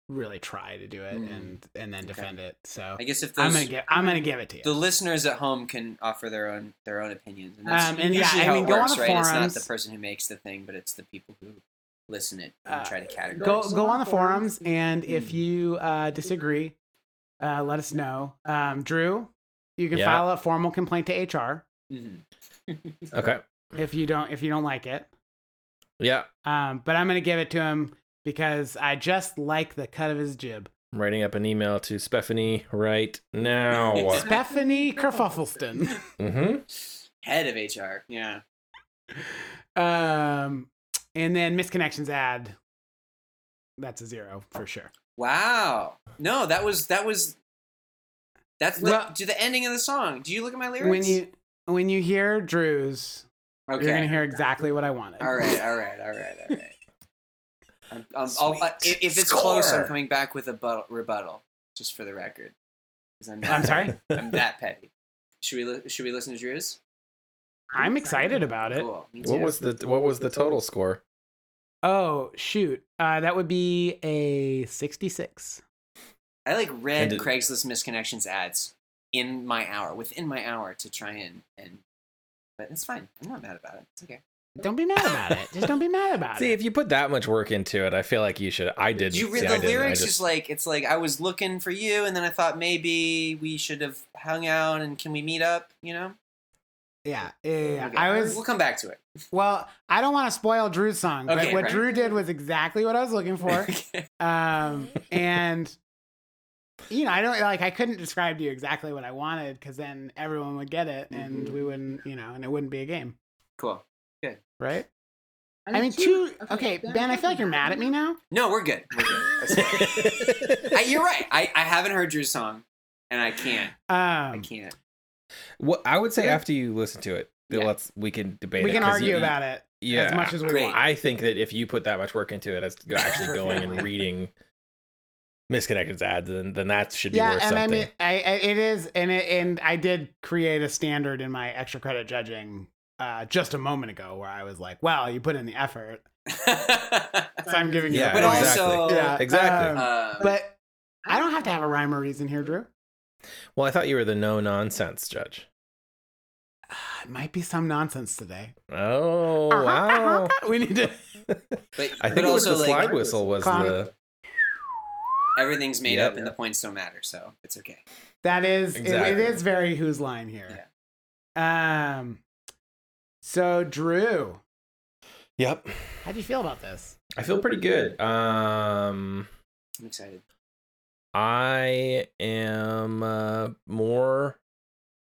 S2: really try to do it
S4: Mm.
S2: and and then
S4: Okay.
S2: defend it. So
S4: I guess if
S2: I'm
S4: those,
S2: gonna give I'm gonna give it to you.
S4: the listeners at home can offer their own their own opinions, and that's
S2: Um, and yeah,
S4: usually
S2: I
S4: how
S2: mean,
S4: it
S2: go on
S4: works,
S2: the
S4: right? It's not
S2: forums.
S4: the person who makes the thing, but it's the people who listen it and
S2: Uh,
S4: try to categorize.
S2: go go on the forums, and
S4: Mm.
S2: if you uh, disagree, uh, let us know. Um, Drew, you can
S1: Yeah.
S2: file a formal complaint to HR
S4: Mhm.
S1: okay.
S2: if you don't if you don't like it.
S1: Yeah,
S2: Um, but I'm gonna give it to him because I just like the cut of his jib.
S1: I'm writing up an email to Stephanie right now.
S2: Stephanie Kerfuffleston.
S1: hmm
S4: Head of HR. Yeah.
S2: Um, and then misconnections ad. That's a zero for sure.
S4: Wow. No, that was that was. That's the,
S2: Well-
S4: to the ending of the song. Do you look at my lyrics?
S2: When you when you hear Drew's,
S4: okay.
S2: you're gonna hear exactly what I wanted.
S4: All right, all right, all right, all right. I'm, I'm, I'll, I, if if it's close, I'm coming back with a bu- rebuttal, just for the record. 'Cause I'm, that
S2: I'm sorry.
S4: petty. I'm that petty. Should we li- should we listen to Drew's?
S2: I'm excited about it.
S4: Cool. Me too.
S1: What was the what was the total score?
S2: Oh shoot, uh, that would be a 66.
S4: I like read
S1: And it-
S4: Craigslist misconnections ads in my hour, within my hour, to try and and. But it's fine. I'm not mad about it. It's okay.
S2: Don't be mad about it. Just don't be mad about
S1: See,
S2: it.
S1: if you put that much work into it, I feel like you should. I did.
S4: Did you read the lyrics? Just like it's like I was looking for you, and then I thought maybe we should have hung out, and can we meet up? You know.
S2: Yeah, yeah, yeah, yeah.
S4: Okay,
S2: I
S4: we'll-
S2: was
S4: We'll come back to it.
S2: well. I don't want to spoil Drew's song, but
S4: Okay,
S2: what
S4: right.
S2: Drew did was exactly what I was looking for.
S4: Okay.
S2: um and you know i don't like i couldn't describe to you exactly what i wanted because then everyone would get it and
S1: Mm-hmm.
S2: we wouldn't you know and it wouldn't be a game
S4: Cool.
S2: right i mean, two okay, ben i feel like you're mad at me now
S4: No, we're good. We're good. That's fine. I, you're right. I, I haven't heard Drew's song, and I can't. I
S2: um
S4: can't.
S1: Well, I would say after you listen to it, then
S4: Yeah.
S1: let's we can debate.
S2: we
S1: it,
S2: can
S1: 'cause
S2: argue
S1: you-
S2: about it
S1: Yeah,
S2: as much as we
S4: Great.
S2: want
S1: I think that if you put that much work into it as actually going and reading misconnected ads, then then that should be
S2: yeah
S1: worth
S2: and i
S1: something.
S2: mean I, I it is and it, and i did create a standard in my extra credit judging uh just a moment ago where i was like well you put in the effort so i'm giving you
S1: Yeah,
S2: a
S4: but
S2: point.
S1: exactly.
S4: also,
S2: Yeah,
S1: Exactly.
S2: um,
S4: um,
S2: but I don't have to have a rhyme or reason here, Drew.
S1: well, I thought you were the no nonsense judge.
S2: It might be some nonsense today.
S1: Oh
S2: Uh-huh,
S1: wow!
S2: we need to.
S4: but,
S1: I
S4: but
S1: think it was
S4: also
S1: the slide
S4: like
S1: whistle was
S2: Con-
S1: the
S4: everything's made
S1: Yeah,
S4: up, and the points don't matter, so it's okay.
S2: That is, it-
S1: Exactly.
S2: it is very who's line here. Um, so Drew,
S1: yep.
S2: how do you feel about this?
S1: I feel pretty good. Um,
S4: I'm excited.
S1: I am uh, more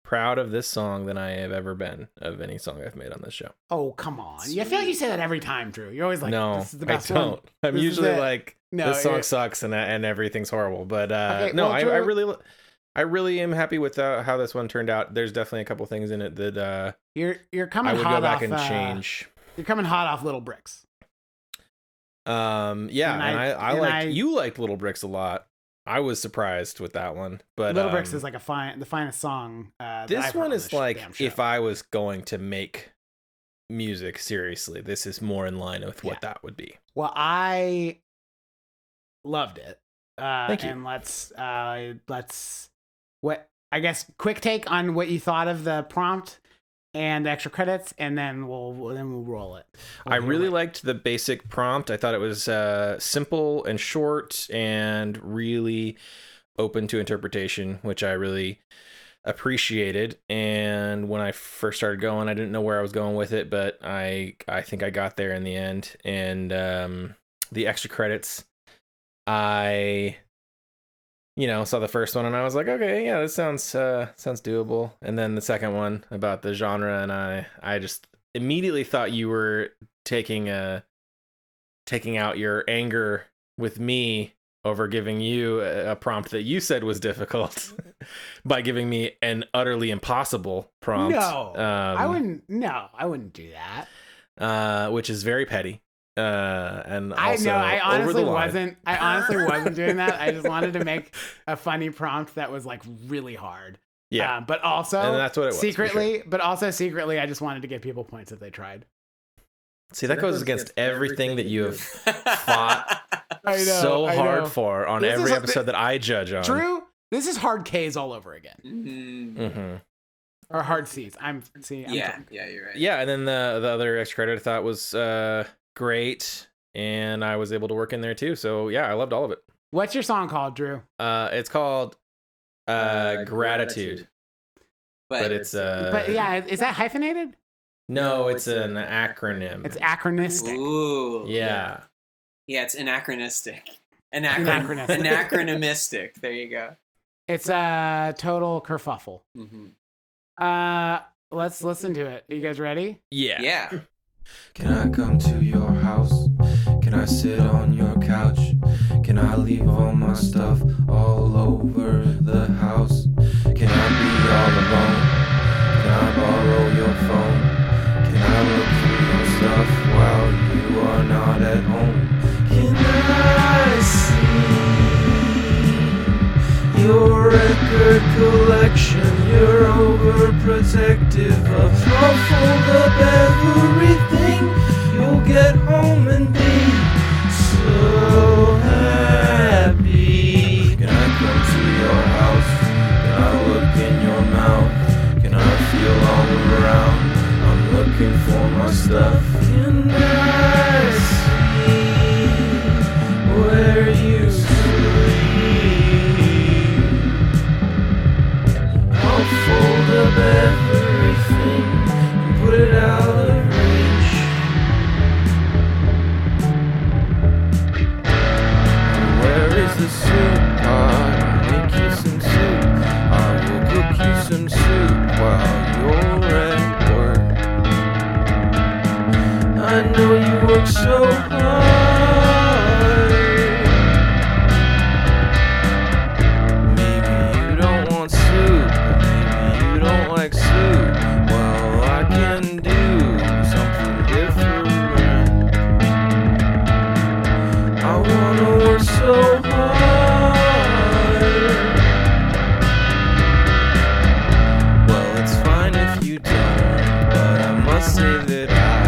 S1: proud of this song than I have ever been of any song I've made on this show.
S2: Oh come on! Yeah, I feel like you say that every time, Drew. You're always like,
S1: no,
S2: "This is the
S1: I
S2: best
S1: don't.
S2: one."
S1: I'm
S2: This is
S1: usually
S2: it.
S1: like,
S2: No,
S1: this song
S2: you're-
S1: sucks and uh, and everything's horrible. But uh,
S2: Okay,
S1: no,
S2: well,
S1: I, I
S2: Drew-
S1: really, I really am happy with uh, how this one turned out. There's definitely a couple things in it that uh,
S2: You're you're coming
S1: I would
S2: hot
S1: go back
S2: off.
S1: and
S2: uh,
S1: change.
S2: You're coming hot off Little Bricks.
S1: Um, yeah,
S2: And
S1: and,
S2: I-
S1: I, I,
S2: and
S1: liked
S2: I-
S1: you liked Little Bricks a lot. I was surprised with that one, but
S2: Little Bricks
S1: um,
S2: is like a fine, the finest song. Uh, that I've
S1: this
S2: heard
S1: one
S2: on
S1: is
S2: this
S1: like
S2: damn show.
S1: if I was going to make music seriously, this is more in line with what that would be.
S2: Well, I loved it. Uh,
S1: Thank you.
S2: And let's uh, let's what I guess quick take on what you thought of the prompt and the extra credits, and then we'll we'll- then we'll roll it.
S1: I really liked the basic prompt. I thought it was uh, simple and short and really open to interpretation, which I really appreciated. And when I first started going, I didn't know where I was going with it, but I I think I got there in the end. And um, the extra credits, I you know saw the first one and I was like, okay, yeah, this sounds uh, sounds doable. And then the second one about the genre, and I I just immediately thought you were taking a taking out your anger with me over giving you a, a prompt that you said was difficult by giving me an utterly impossible prompt.
S2: No,
S1: um,
S2: I wouldn't. No, I wouldn't do that.
S1: uh, which is very petty. Uh, and
S2: I
S1: also
S2: know. I
S1: over the
S2: honestly
S1: line.
S2: wasn't. I honestly wasn't doing that. I just wanted to make a funny prompt that was like really hard.
S1: Yeah,
S2: Um, but also
S1: and that's what it was for sure.
S2: secretly, but also secretly, I just wanted to give people points if they tried.
S1: See, that goes against everything that you have
S4: Fought.
S2: I know,
S1: so
S2: I
S1: hard
S2: know.
S1: for on
S2: This is
S1: every
S2: a-
S1: episode that I judge on.
S2: Drew, this is hard K's all over again.
S1: hmm
S2: Or hard C's. I'm see. I'm
S4: Mm, yeah,
S2: drunk.
S4: yeah, you're right.
S1: Yeah, and then the the other extra credit I thought was uh, great, and I was able to work in there too. So yeah, I loved all of it.
S2: What's your song called, Drew?
S1: Uh, it's called uh, gratitude,
S4: but,
S1: but it's uh,
S2: but yeah, is that hyphenated?
S1: No, it's an acronym.
S2: It's acronistic.
S4: Ooh.
S1: yeah.
S4: Yeah, it's anachronistic. Anachron-
S2: Anachronistic.
S4: anachronistic. There you go.
S2: It's a total kerfuffle.
S4: hmm
S2: Uh, let's listen to it. Are you guys ready?
S1: Yeah.
S4: Yeah.
S8: Can I come to your house? Can I sit on your couch? Can I leave all my stuff all over the house? Can I be all alone? Can I borrow your phone? Can I look through your stuff while you are not at home? Can I see your record collection? You're overprotective of awful of everything. You'll get home and be so happy. Can I come to your house? Can I look in your mouth? Can I feel all around? I'm looking for my stuff. Can I see where you sleep? I'll fold up everything and put it out of reach. Where is the soup pot? I'll make you some soup. I will cook you some soup while you're at work. I know you work so hard. Maybe you don't want soup, but maybe you don't like soup. Well, I can do something different. I wanna work so hard. Well, it's fine if you don't, but I must say that I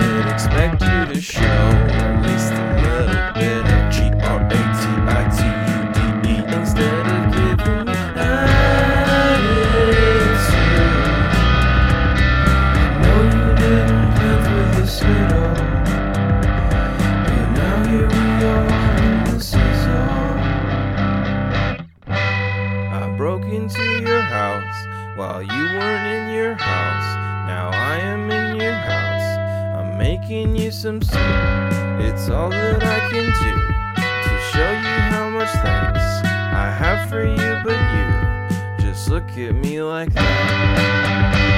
S8: did expect you to show at least a little bit of G R A T I T U D E instead of giving me attitude. No, you didn't plan for this at all. And now here we are, and this is all. I broke into your house while you weren't in your house. Now I am in your house. I'm making you some soup. It's all that I can do to show you how much thanks I have for you, but you just look at me like that.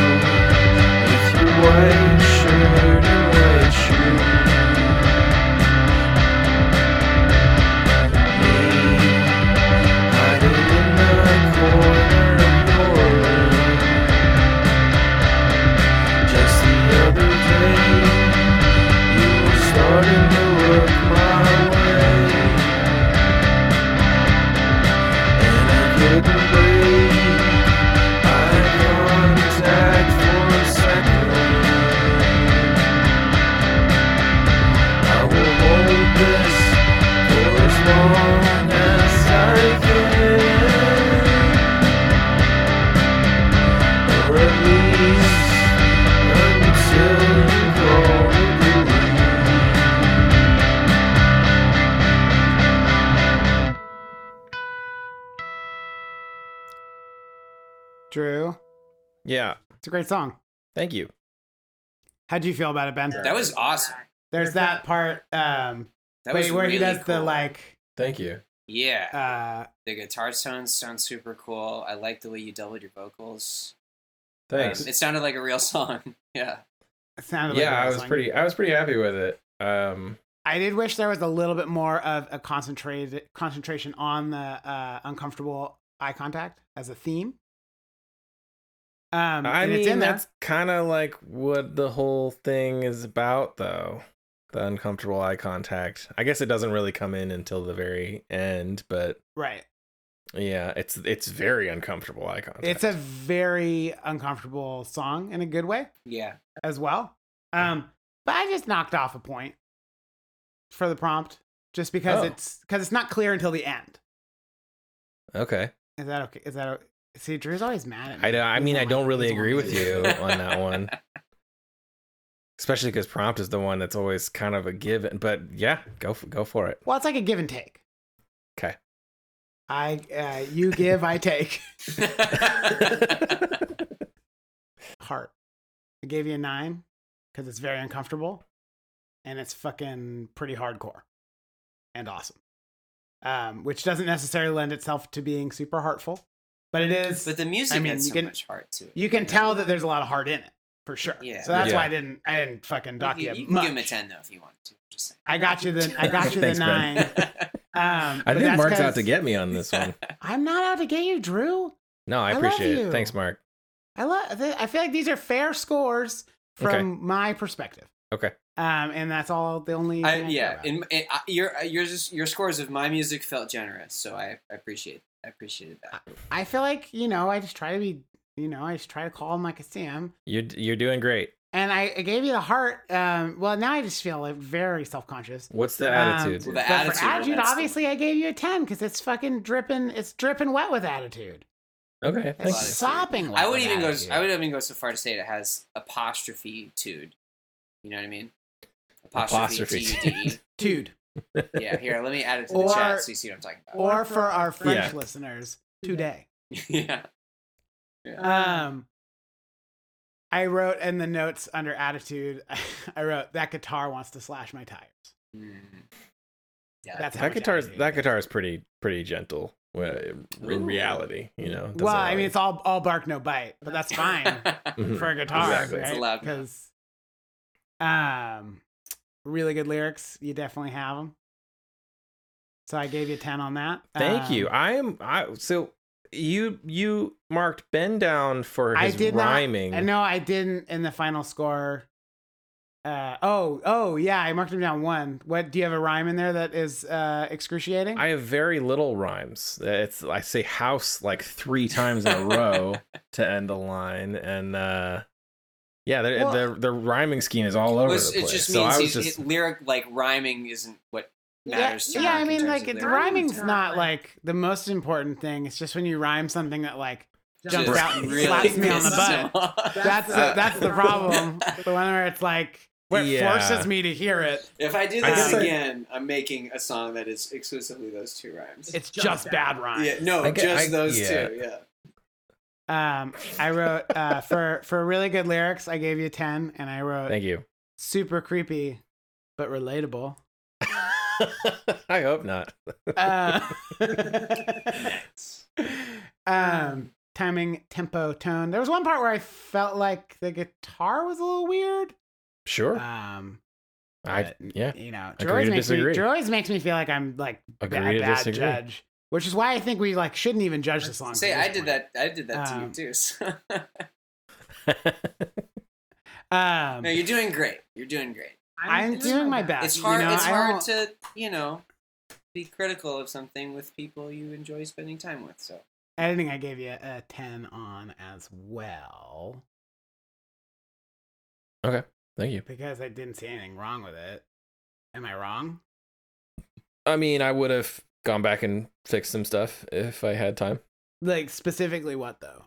S8: With your white shirt and white shoes. Me, hiding in the corner of your room. Just the other day, you were starting to look my way. And I couldn't breathe.
S2: Drew,
S1: Yeah.
S2: it's a great song.
S1: Thank you.
S2: How'd you feel about it, Ben?
S4: That was awesome.
S2: There's that part um,
S4: That
S2: wait,
S4: was
S2: where
S4: really
S2: he does
S4: cool.
S2: the like,
S1: Thank you.
S4: Yeah.
S2: uh,
S4: The guitar tones sound super cool. I like the way you doubled your vocals.
S1: Thanks.
S4: Um, it sounded like a real song. yeah.
S2: it sounded like
S1: yeah,
S2: a
S1: I was
S2: song.
S1: pretty I was pretty happy with it. Um
S2: I did wish there was a little bit more of a concentrated concentration on the uh, uncomfortable eye contact as a theme. Um,
S1: I
S2: and
S1: mean
S2: it's in there.
S1: that's kind of like what the whole thing is about though. The uncomfortable eye contact. I guess it doesn't really come in until the very end, but
S2: right.
S1: yeah, it's it's very uncomfortable eye contact.
S2: It's a very uncomfortable song in a good way
S4: Yeah.
S2: as well. Um, but I just knocked off a point for the prompt just because
S1: Oh.
S2: it's because it's not clear until the end.
S1: Okay.
S2: Is that okay? Is that o see? Drew's always mad at me.
S1: I, don't- I
S2: He's
S1: mean, I
S2: like-
S1: don't really
S2: he's
S1: agree
S2: like-
S1: with you on that one, especially because prompt is the one that's always kind of a given. But yeah, go for, go for it.
S2: Well, it's like a give and take.
S1: Okay.
S2: I uh, you give, I take. Heart. I gave you a nine because it's very uncomfortable, and it's fucking pretty hardcore, and awesome. Um, which doesn't necessarily lend itself to being super heartful, but it is.
S4: but the music
S2: I mean,
S4: had
S2: you
S4: so
S2: can-
S4: much heart to it.
S2: you can tell that there's a lot of heart in it for sure.
S4: Yeah.
S2: So that's
S1: Yeah.
S2: why I didn't. I didn't fucking dock
S4: you,
S2: you.
S4: you
S2: much.
S4: can give him a ten though if you want to. Just saying.
S2: I got you the. I got you the
S1: Thanks,
S2: nine.
S1: Ben.
S2: Um,
S1: I
S2: but
S1: think
S2: that's
S1: Mark's out
S2: 'cause
S1: to get me on this one.
S2: I'm not out to get you, Drew.
S1: No, I
S2: I love
S1: appreciate
S2: you.
S1: it. Thanks, Mark.
S2: I love. I feel like these are fair scores from
S1: Okay.
S2: my perspective.
S1: Okay.
S2: Um, and that's all the only.
S4: I,
S2: thing I care
S4: yeah,
S2: about.
S4: and, and I, your uh, yours is- your scores of my music felt generous, so I, I appreciate I appreciated that.
S2: I feel like you know. I just try to be. You know, I just try to call him like I see him.
S1: You're you're doing great.
S2: And I, I gave you the heart. Um, well, now I just feel like very self conscious.
S1: What's the
S2: Um,
S1: attitude?
S4: Well, the
S2: But
S4: attitude,
S2: for attitude,
S4: that's the-
S2: obviously, I gave you a ten because it's fucking dripping. It's dripping wet with attitude.
S1: okay.
S2: It's
S4: Attitude.
S1: Thanks.
S2: sopping. Wet
S4: I would
S2: with
S4: even go.
S2: attitude.
S4: I would even go so far to say it has apostrophe tude. You know what I mean? Apostrophe
S1: Apostrophe.
S4: T U D.
S2: dude.
S4: E. Yeah, here. Let me add it to the
S2: Or-
S4: chat so you see what I'm talking about.
S2: Or for our French
S1: Yeah.
S2: listeners today.
S4: yeah.
S1: Uh-huh.
S2: Um, I wrote in the notes under attitude. I wrote that guitar wants to slash my tires.
S4: Mm. Yeah.
S2: That's how
S1: Uh, That
S2: much
S1: guitar's
S2: attitude
S1: that
S2: it is.
S1: guitar is pretty pretty gentle. uh,
S4: Ooh.
S1: In reality, you know. it doesn't
S2: Well, I mean,
S1: really-
S2: it's all all bark no bite, but that's fine
S1: Mhm.
S2: for a guitar,
S1: Exactly.
S2: right?
S4: It's allowed now.
S2: Because, um, really good lyrics. You definitely have them. So I gave you ten on that.
S1: Thank
S2: Um,
S1: you. I am. I so you you marked Ben down for
S2: I
S1: his
S2: did not-
S1: rhyming.
S2: And no, I didn't in the final score. Uh, oh, oh, yeah, I marked him down one. What do you have a rhyme in there that is uh, excruciating?
S1: I have very little rhymes. It's I say house like three times in a row to end the line, and uh yeah, the
S2: Well-
S1: the, the rhyming scheme is all over
S4: Well, it's-
S1: the place.
S4: It just
S1: so
S4: means
S1: I was
S4: he's-
S1: just
S4: it- lyric like rhyming isn't what matters.
S2: yeah,
S4: to
S2: yeah
S4: Mark
S2: I
S4: in
S2: mean,
S4: terms
S2: like
S4: of
S2: it, the
S4: lyric.
S2: rhyming's not like the most important thing. It's just when you rhyme something that like jumps
S4: Just
S2: out and
S4: really
S2: slaps me on the
S4: pisses him
S2: butt.
S4: off.
S2: That's the, that's the problem. The one where it's like where it
S1: Yeah.
S2: forces me to hear it.
S4: If I do
S1: I
S4: this
S1: guess I-
S4: again, I... am making a song that is exclusively those two rhymes.
S2: It's just bad rhyme.
S4: yeah, no,
S1: I get-
S4: just
S1: I-
S4: those
S1: yeah.
S4: two. Yeah.
S2: Um, I wrote uh, for for really good lyrics. I gave you ten, and I wrote
S1: thank you.
S2: super creepy, but relatable.
S1: I hope not.
S2: Uh, um, timing, tempo, tone. There was one part where I felt like the guitar was a little weird.
S1: Sure.
S2: Um,
S1: I
S2: but,
S1: yeah.
S2: you know,
S1: Agree
S2: Drew always,
S1: to
S2: makes me,
S1: disagree.
S2: Drew always makes me feel like I'm like a
S1: Agree
S2: bad,
S1: to
S2: bad
S1: disagree.
S2: judge, which is why I think we like shouldn't even judge the song.
S4: Say
S2: at
S4: I
S2: this
S4: did
S2: point.
S4: that. I did that to
S2: Um,
S4: you too. so-
S2: Um,
S4: no, you're doing great. You're doing great.
S2: I'm doing my best.
S4: It's hard.
S2: You know,
S4: it's
S2: I
S4: hard
S2: don't-
S4: to you know be critical of something with people you enjoy spending time with. So
S2: editing i gave you a 10 on as well
S1: thank you.
S2: because i didn't see anything wrong with it am i wrong
S1: I mean, I would have gone back and fixed some stuff if I had time.
S2: like specifically what though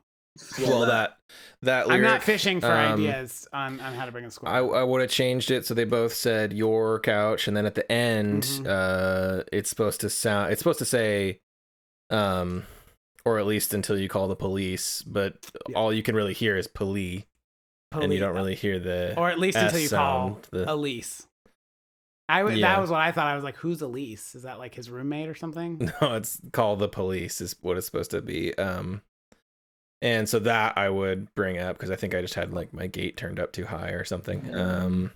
S1: Well, that that lyric,
S2: i'm not fishing for
S1: um,
S2: ideas on, on how to bring a score
S1: I, I would have changed it so they both said your couch, and then at the end,
S2: Mhm.
S1: uh, it's supposed to sound it's supposed to say, um, or at least until you call the police. But
S2: Yeah.
S1: all you can really hear is "poli," uh, and you
S2: Police.
S1: don't really hear the
S2: or at least
S1: S
S2: until you call
S1: sound, the-
S2: elise i w-
S1: Yeah.
S2: that was what i thought i was like who's elise is that like his roommate or something
S1: no, it's call the police is what it's supposed to be. Um, and so that I would bring up because I think I just had like my gate turned up too high or something. Um,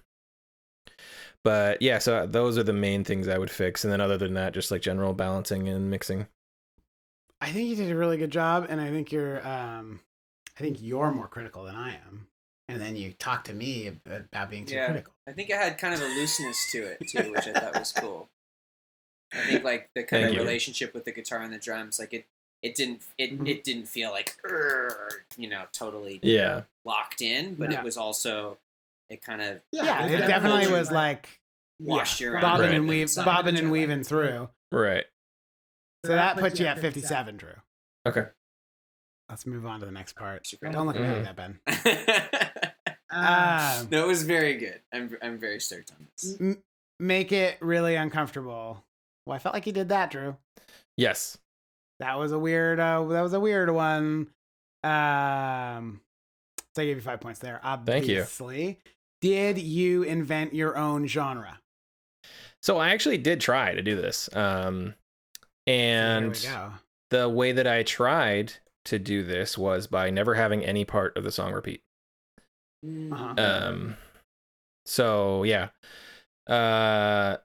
S1: but yeah, so uh, those are the main things I would fix, and then other than that, just like general balancing and mixing.
S2: i think you did a really good job and i think you're um i think you're more critical than i am and then you talk to me ab- about being too
S4: Yeah.
S2: critical
S4: I think it had kind of a looseness to it too, which I thought was cool. I think like the kind
S1: Thank
S4: of
S1: you.
S4: relationship with the guitar and the drums, like it, it didn't, it,
S2: Mhm.
S4: it didn't feel like, "Urgh," you know, totally
S1: Yeah,
S4: locked in, but
S2: Yeah.
S4: it was also, it kind of
S2: yeah,
S4: Yeah,
S2: it definitely
S4: definitely.
S2: was like
S4: washed your
S2: bobbing
S1: Right.
S2: and weave, bobbing and weaving through.
S1: right.
S2: So that puts you at 57, Drew.
S1: Okay.
S2: Let's move on to the next part.
S4: great.
S2: Don't look at me like
S1: Mhm.
S2: that, Ben. Um,
S4: no, it was very good. I'm, I'm very stoked on this.
S2: m- make it really uncomfortable Well, I felt like he did that, Drew.
S1: Yes.
S2: That was a weird. Uh, that was a weird one. Um, so I gave you five points there.
S1: Thank you.
S2: Obviously. Did you invent your own genre?
S1: So I actually did try to do this. Um, and
S2: there we go.
S1: the way that I tried to do this was by never having any part of the song repeat.
S2: Uh-huh.
S1: Um, so yeah, uh,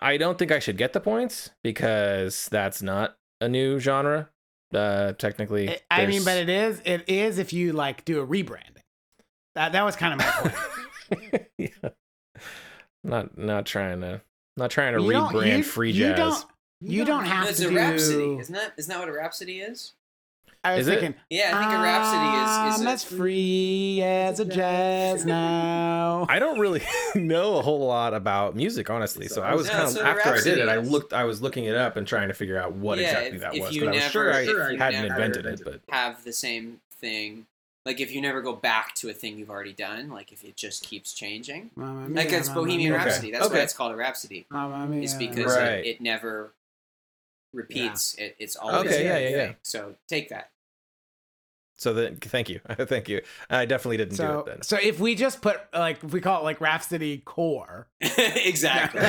S1: I don't think I should get the points because that's not a new genre. Uh, technically,
S2: It- I mean, but
S1: there's-
S2: it is. It is if you like do a rebranding. That that was kind of my point.
S1: yeah. Not not trying to not trying to
S2: You don't-
S1: rebrand
S2: you-
S1: free
S2: you
S1: jazz.
S2: don't- You don't have
S4: it's
S2: to
S4: a
S2: do.
S4: rhapsody, isn't that? Isn't that what a rhapsody is?
S2: I was
S1: Is it?
S2: thinking.
S4: Yeah, I think a rhapsody is. is
S2: I'm
S4: a-
S2: as free as a jazz now.
S1: I don't really know a whole lot about music, honestly. So I was
S4: Yeah,
S1: kind of
S4: so the
S1: after I did it, I
S4: Rhapsody is-
S1: looked, I was looking it up and trying to figure out what
S4: Yeah,
S1: exactly
S4: if-
S1: that
S4: if
S1: was.
S4: you
S1: Because I was
S4: never-
S1: sure I
S4: if you
S1: hadn't
S4: never-
S1: invented it, but
S4: have the same thing. Like if you never go back to a thing you've already done, like if it just keeps changing.
S2: Mamma
S4: Like
S2: mia,
S4: it's
S2: mamma
S4: Bohemian
S2: mia,
S1: Okay.
S4: Rhapsody. That's
S1: Okay.
S4: why it's called a rhapsody.
S2: mamma mia.
S4: It's because
S1: Right.
S4: it, it never repeats. It, it's always
S1: Okay,
S4: the
S1: yeah,
S4: same
S1: yeah, yeah.
S4: thing. So take that.
S1: so then thank you, thank you. I definitely didn't do
S2: So,
S1: it then.
S2: so if we just put like if we call it like Rhapsody Core,
S4: exactly.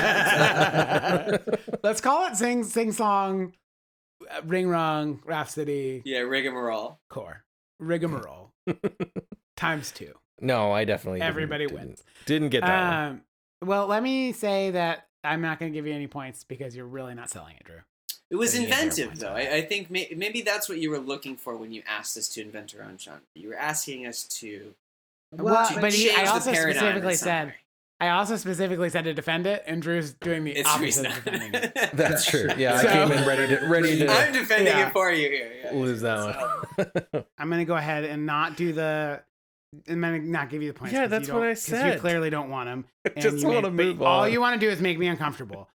S2: let's call it sing sing song, uh, ring rung Rhapsody
S4: yeah, rigmarole.
S2: Core rigmarole times two.
S1: no, I definitely didn't-
S2: Everybody
S1: didn't,
S2: wins.
S1: Didn't get that. one.
S2: Um, well, let me say that I'm not going to give you any points because you're really not selling it, Drew.
S4: It was
S2: Yeah, yeah, yeah.
S4: inventive, though. I, I think may, maybe that's what you were looking for when you asked us to invent our own genre. You were asking us to.
S2: Well,
S4: to
S2: but he,
S4: change
S2: I
S4: the
S2: also
S4: paradigm in
S2: specifically
S4: some
S2: said
S4: way.
S2: I also specifically said to defend it, and Drew's doing the
S4: It's
S2: opposite of
S4: reasonable.
S2: defending it.
S1: That's true. Yeah,
S2: So-
S1: I came in ready to ready
S4: I'm
S1: to
S4: defending
S2: Yeah.
S4: it for you here. yeah, yeah.
S1: lose that one.
S2: I'm gonna go ahead and not do the. I'm gonna not give you the points.
S1: Yeah,
S2: 'cause you
S1: that's what
S2: don't-
S1: I
S2: 'cause You
S1: said.
S2: clearly don't want them.
S1: Just want to move on.
S2: All you want to do is make me uncomfortable.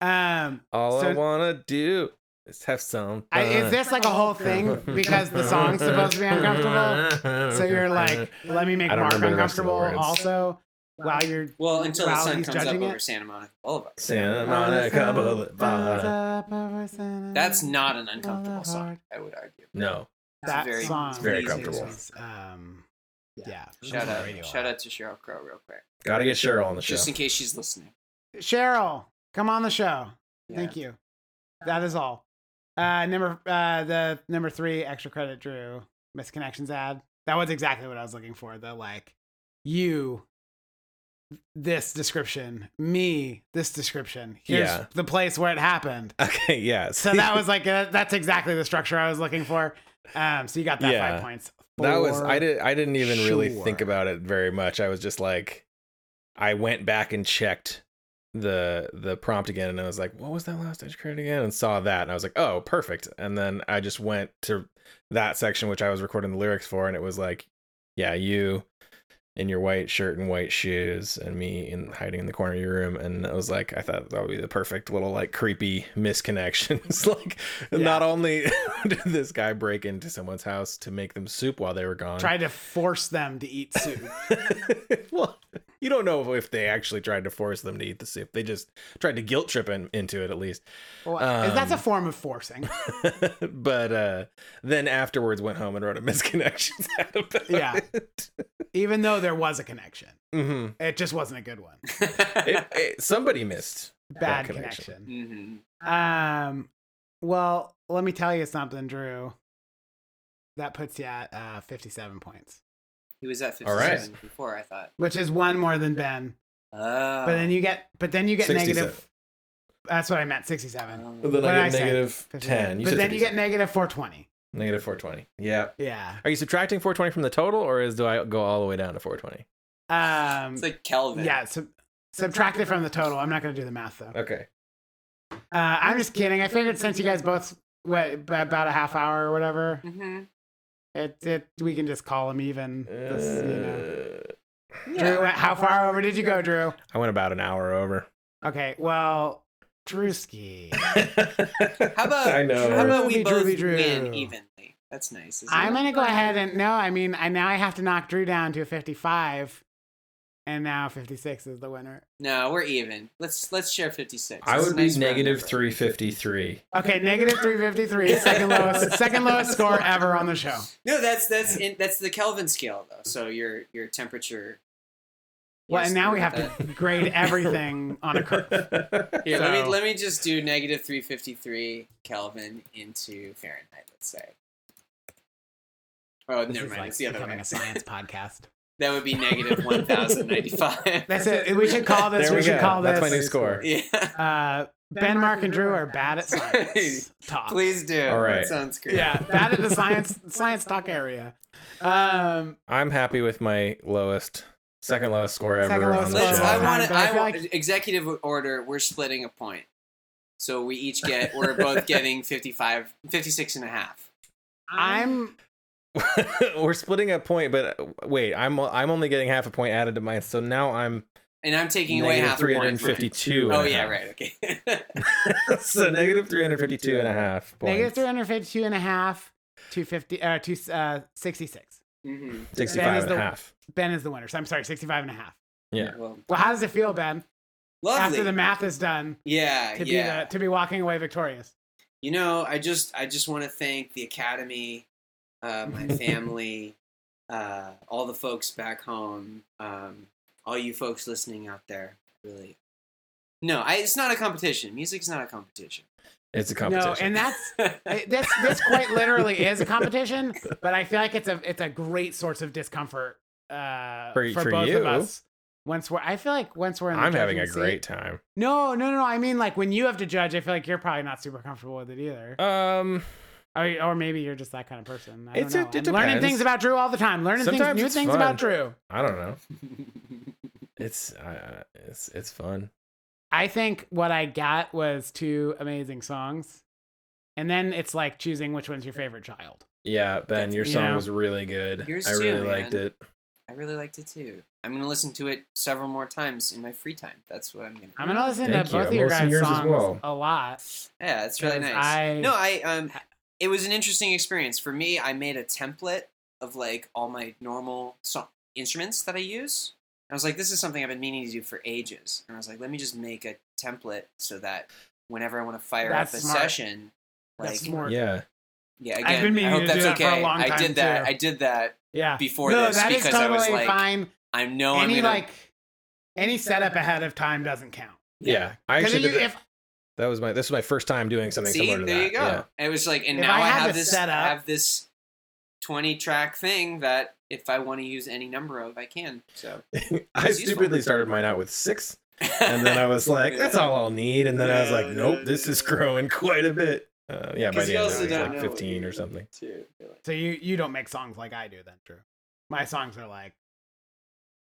S2: Um,
S1: All I
S2: so-
S1: wanna do is have some.
S2: I, is
S1: fun.
S2: this like a whole thing because the song's supposed to be uncomfortable? So you're like, let me make
S1: I don't
S2: Mark
S1: remember the rest of the
S2: uncomfortable
S1: words.
S2: also while you're
S4: Well, until the
S2: while
S4: sun
S2: he's
S4: comes up
S2: judging
S4: over
S2: it?
S4: Santa Monica Boulevard.
S1: Santa
S2: Sun
S1: Monica Boulevard.
S2: comes up over Santa
S4: That's
S2: Monica.
S4: not an
S2: Uh-huh.
S4: uncomfortable song, I would argue.
S1: No.
S4: It's a
S2: that
S4: very
S2: song.
S1: very
S4: pleasing
S1: comfortable.
S4: song.
S2: is, um, yeah.
S4: Shout
S2: She's on
S4: out,
S2: the radio a
S4: shout
S2: lot.
S4: out to Cheryl Crow real quick,
S1: Gotta get Cheryl on the show.
S4: just in case she's listening.
S2: Cheryl, come on the show.
S4: Yeah.
S2: Thank you. That is all. Uh, number uh, the number three extra credit Drew misconnections ad. That was exactly what I was looking for. The like you this description, me this description. Here's
S1: Yeah.
S2: the place where it happened.
S1: Okay, yeah.
S2: So that was like uh that's exactly the structure I was looking for. Um, so you got that
S1: Yeah.
S2: five points.
S1: that was I
S2: For-
S1: did I didn't even really think
S2: sure.
S1: about it very much. I was just like I went back and checked the the prompt again and I was like, what was that last edge credit again? And saw that and I was like, oh perfect. And then I just went to that section which I was recording the lyrics for and it was like, yeah, you in your white shirt and white shoes and me in hiding in the corner of your room and I was like I thought that would be the perfect little like creepy misconnection. It's like not only did this guy break into someone's house to make them soup while they were gone.
S2: tried to force them to eat soup.
S1: well, you don't know if they actually tried to force them to eat the soup. They just tried to guilt trip in, into it at least.
S2: Well, that's a
S1: Um,
S2: form of forcing.
S1: but uh then afterwards went home and wrote a misconnections ad about
S2: Yeah. Even though there was a connection,
S1: hmm
S2: it just wasn't a good one.
S1: It, it, somebody missed.
S2: Bad
S1: connection. Mm.
S2: connection.
S4: hmm
S2: Um, well, let me tell you something, Drew. That puts you at uh, 57 points,
S4: He was at
S1: All right.
S4: 57 before, I thought.
S2: which is one more than Ben.
S4: Oh.
S2: But then you get, but then you get
S1: 67.
S2: negative. That's what I meant, 67.
S4: Oh.
S1: And then
S2: What did
S1: I
S2: I
S1: get
S2: say?
S1: negative 10. You
S2: but
S1: said
S2: then you get
S1: 57.
S2: negative 420.
S1: negative 420. Yeah.
S2: Yeah.
S1: Are you subtracting 420 from the total or is do I go all the way down to 420?
S2: Um,
S4: It's like Kelvin.
S2: yeah. Sub- subtract it from the total. I'm not going to do the math though.
S1: Okay.
S2: Uh, I'm just kidding. I figured since you guys both went b- about a half hour or whatever,
S4: Mhm.
S2: it, it we can just call them even. This, you know.
S1: Uh,
S2: Drew, how far over did you go, Drew?
S1: I went about an hour over.
S2: Okay, well, Drewski.
S4: How about,
S1: I know.
S4: How about
S2: Droopy,
S4: we both
S2: droopy, Drew.
S4: win evenly? That's nice. isn't
S2: I'm
S4: it?
S2: gonna go ahead and no, I mean, I now I have to knock Drew down to a 55, and now 56 is the winner.
S4: No, we're even. Let's let's share fifty six.
S1: I would be negative three fifty three.
S2: Okay, negative 353, second lowest, second lowest score ever on the show.
S4: No, that's that's in, that's the Kelvin scale though. So your your temperature.
S2: Well,
S4: Yes,
S2: and now we have
S4: that-
S2: to grade everything on a curve.
S4: Here, let
S2: so-
S4: me let me just do negative three fifty three Kelvin into Fahrenheit. Let's say. Oh,
S2: This
S4: never
S2: is
S4: mind.
S2: like
S4: It's the other
S2: becoming
S4: way.
S2: a science podcast.
S4: That would be negative one thousand ninety five.
S2: That's it. We should call this.
S1: There
S2: We,
S1: we
S2: should
S1: go.
S2: call
S1: That's my
S2: this.
S1: new score.
S4: Yeah,
S2: Uh, ben, Mark, and Drew are bad at science talk.
S4: please do.
S1: All right.
S4: That sounds great.
S2: Yeah, bad at the science science talk area. Um,
S1: I'm happy with my lowest, second lowest score ever
S2: Second lowest
S1: on the
S2: score.
S4: Let's,
S1: show.
S4: I
S2: Yeah.
S4: want to.
S2: But I
S4: I,
S2: feel
S4: want
S2: like-
S4: executive order. We're splitting a point, so we each get. We're both getting 55, 56 and a half.
S2: I'm
S1: We're splitting a point, but uh, wait, I'm I'm only getting half a point added to mine, so now I'm
S4: and I'm taking away half. a
S1: three
S4: point.
S1: hundred and fifty two.
S4: Oh yeah, right. Okay.
S1: so negative 352 and a half points.
S2: negative 352 and a half, 250, uh, 266.
S4: hmm
S1: 65 and
S2: That is
S1: a
S2: the-
S1: half.
S2: Ben is the winner. So I'm sorry, 65 and a half.
S4: Well,
S2: Well, how does it feel, Ben,
S4: lovely.
S2: after the math is done,
S4: yeah,
S2: to be
S4: yeah.
S2: the, to be walking away victorious?
S4: you know i just i just want to thank the academy uh, my family uh, all the folks back home um, all you folks listening out there really no I, it's not a competition music's not a competition
S1: It's a competition.
S2: No, and that's it- this. This quite literally is a competition, but I feel like it's a it's a great source of discomfort uh,
S1: For-
S2: for,
S1: for
S2: both
S1: you.
S2: of us. Once we're, I feel like once we're in, the
S1: I'm having a
S2: judgment seat-
S1: great time.
S2: No, no, no, no. I mean, like when you have to judge, I feel like you're probably not super comfortable with it either,
S1: Um,
S2: or, or maybe you're just that kind of person. I
S1: It's a-
S2: don't know.
S1: it
S2: I'm learning
S1: depends.
S2: things about Drew all the time. Learning
S1: Sometimes
S2: things, new
S1: it's
S2: things
S1: fun.
S2: about Drew.
S1: I don't know. It's uh, it's it's fun.
S2: I think what I got was two amazing songs, and then it's like choosing which one's your favorite child.
S1: Yeah, Ben, your
S2: You
S1: song
S2: know.
S1: was really good.
S4: Yours
S1: I really
S4: too,
S1: liked
S4: man.
S1: it.
S4: i really liked it too i'm gonna listen to it several more times in my free time that's what i'm gonna
S2: I'm gonna listen
S1: Thank
S2: to
S1: you. I'm
S2: both of your
S1: gonna listen to
S2: guys'
S1: yours as
S2: songs
S1: well.
S2: a lot.
S4: yeah it's really
S2: Because
S4: nice
S2: I-
S4: no i um it was an interesting experience for me i made a template of like all my normal so- instruments that i use i was like this is something i've been meaning to do for ages and i was like let me just make a template so that whenever i want to fire
S2: That's
S4: up a
S2: smart.
S4: session like
S2: That's more. Yeah,
S1: Yeah,
S4: yeah again,
S2: been meaning
S4: i hope
S2: to do that
S4: that's
S2: for
S4: okay
S2: a long
S4: i
S2: time,
S4: did that
S2: too. Ah,
S4: i did that before
S2: no,
S4: this
S2: that is
S4: because
S2: totally
S4: i was like
S2: fine.
S4: i know i'm
S2: any
S4: gonna
S2: like any setup ahead of time doesn't count.
S1: yeah. I
S2: 'Cause
S1: actually
S2: if
S1: did
S2: you-
S1: that.
S2: if
S1: that was my this was my first time doing something
S4: See,
S1: similar to
S4: there
S1: that.
S4: you go.
S1: Yeah.
S4: And It was like, and
S2: If
S4: now
S2: I
S4: I,
S2: had
S4: have
S2: this
S4: this,
S2: set
S4: I
S2: up-
S4: have this twenty track thing that if I want to use any number of, I can. So,
S1: I
S4: It's useful.
S1: stupidly started mine out with six, and then I was like, "That's all I'll need," and then I was like,
S4: No, no,
S1: "Nope, this is growing quite a bit." Uh, yeah, by
S4: Because
S1: the
S4: you
S1: end of
S4: also
S1: it, it was
S4: don't
S1: like
S4: know what
S1: fifteen
S4: you
S1: or something.
S4: too.
S2: so, you you don't make songs like I do. Then Drew, my songs are like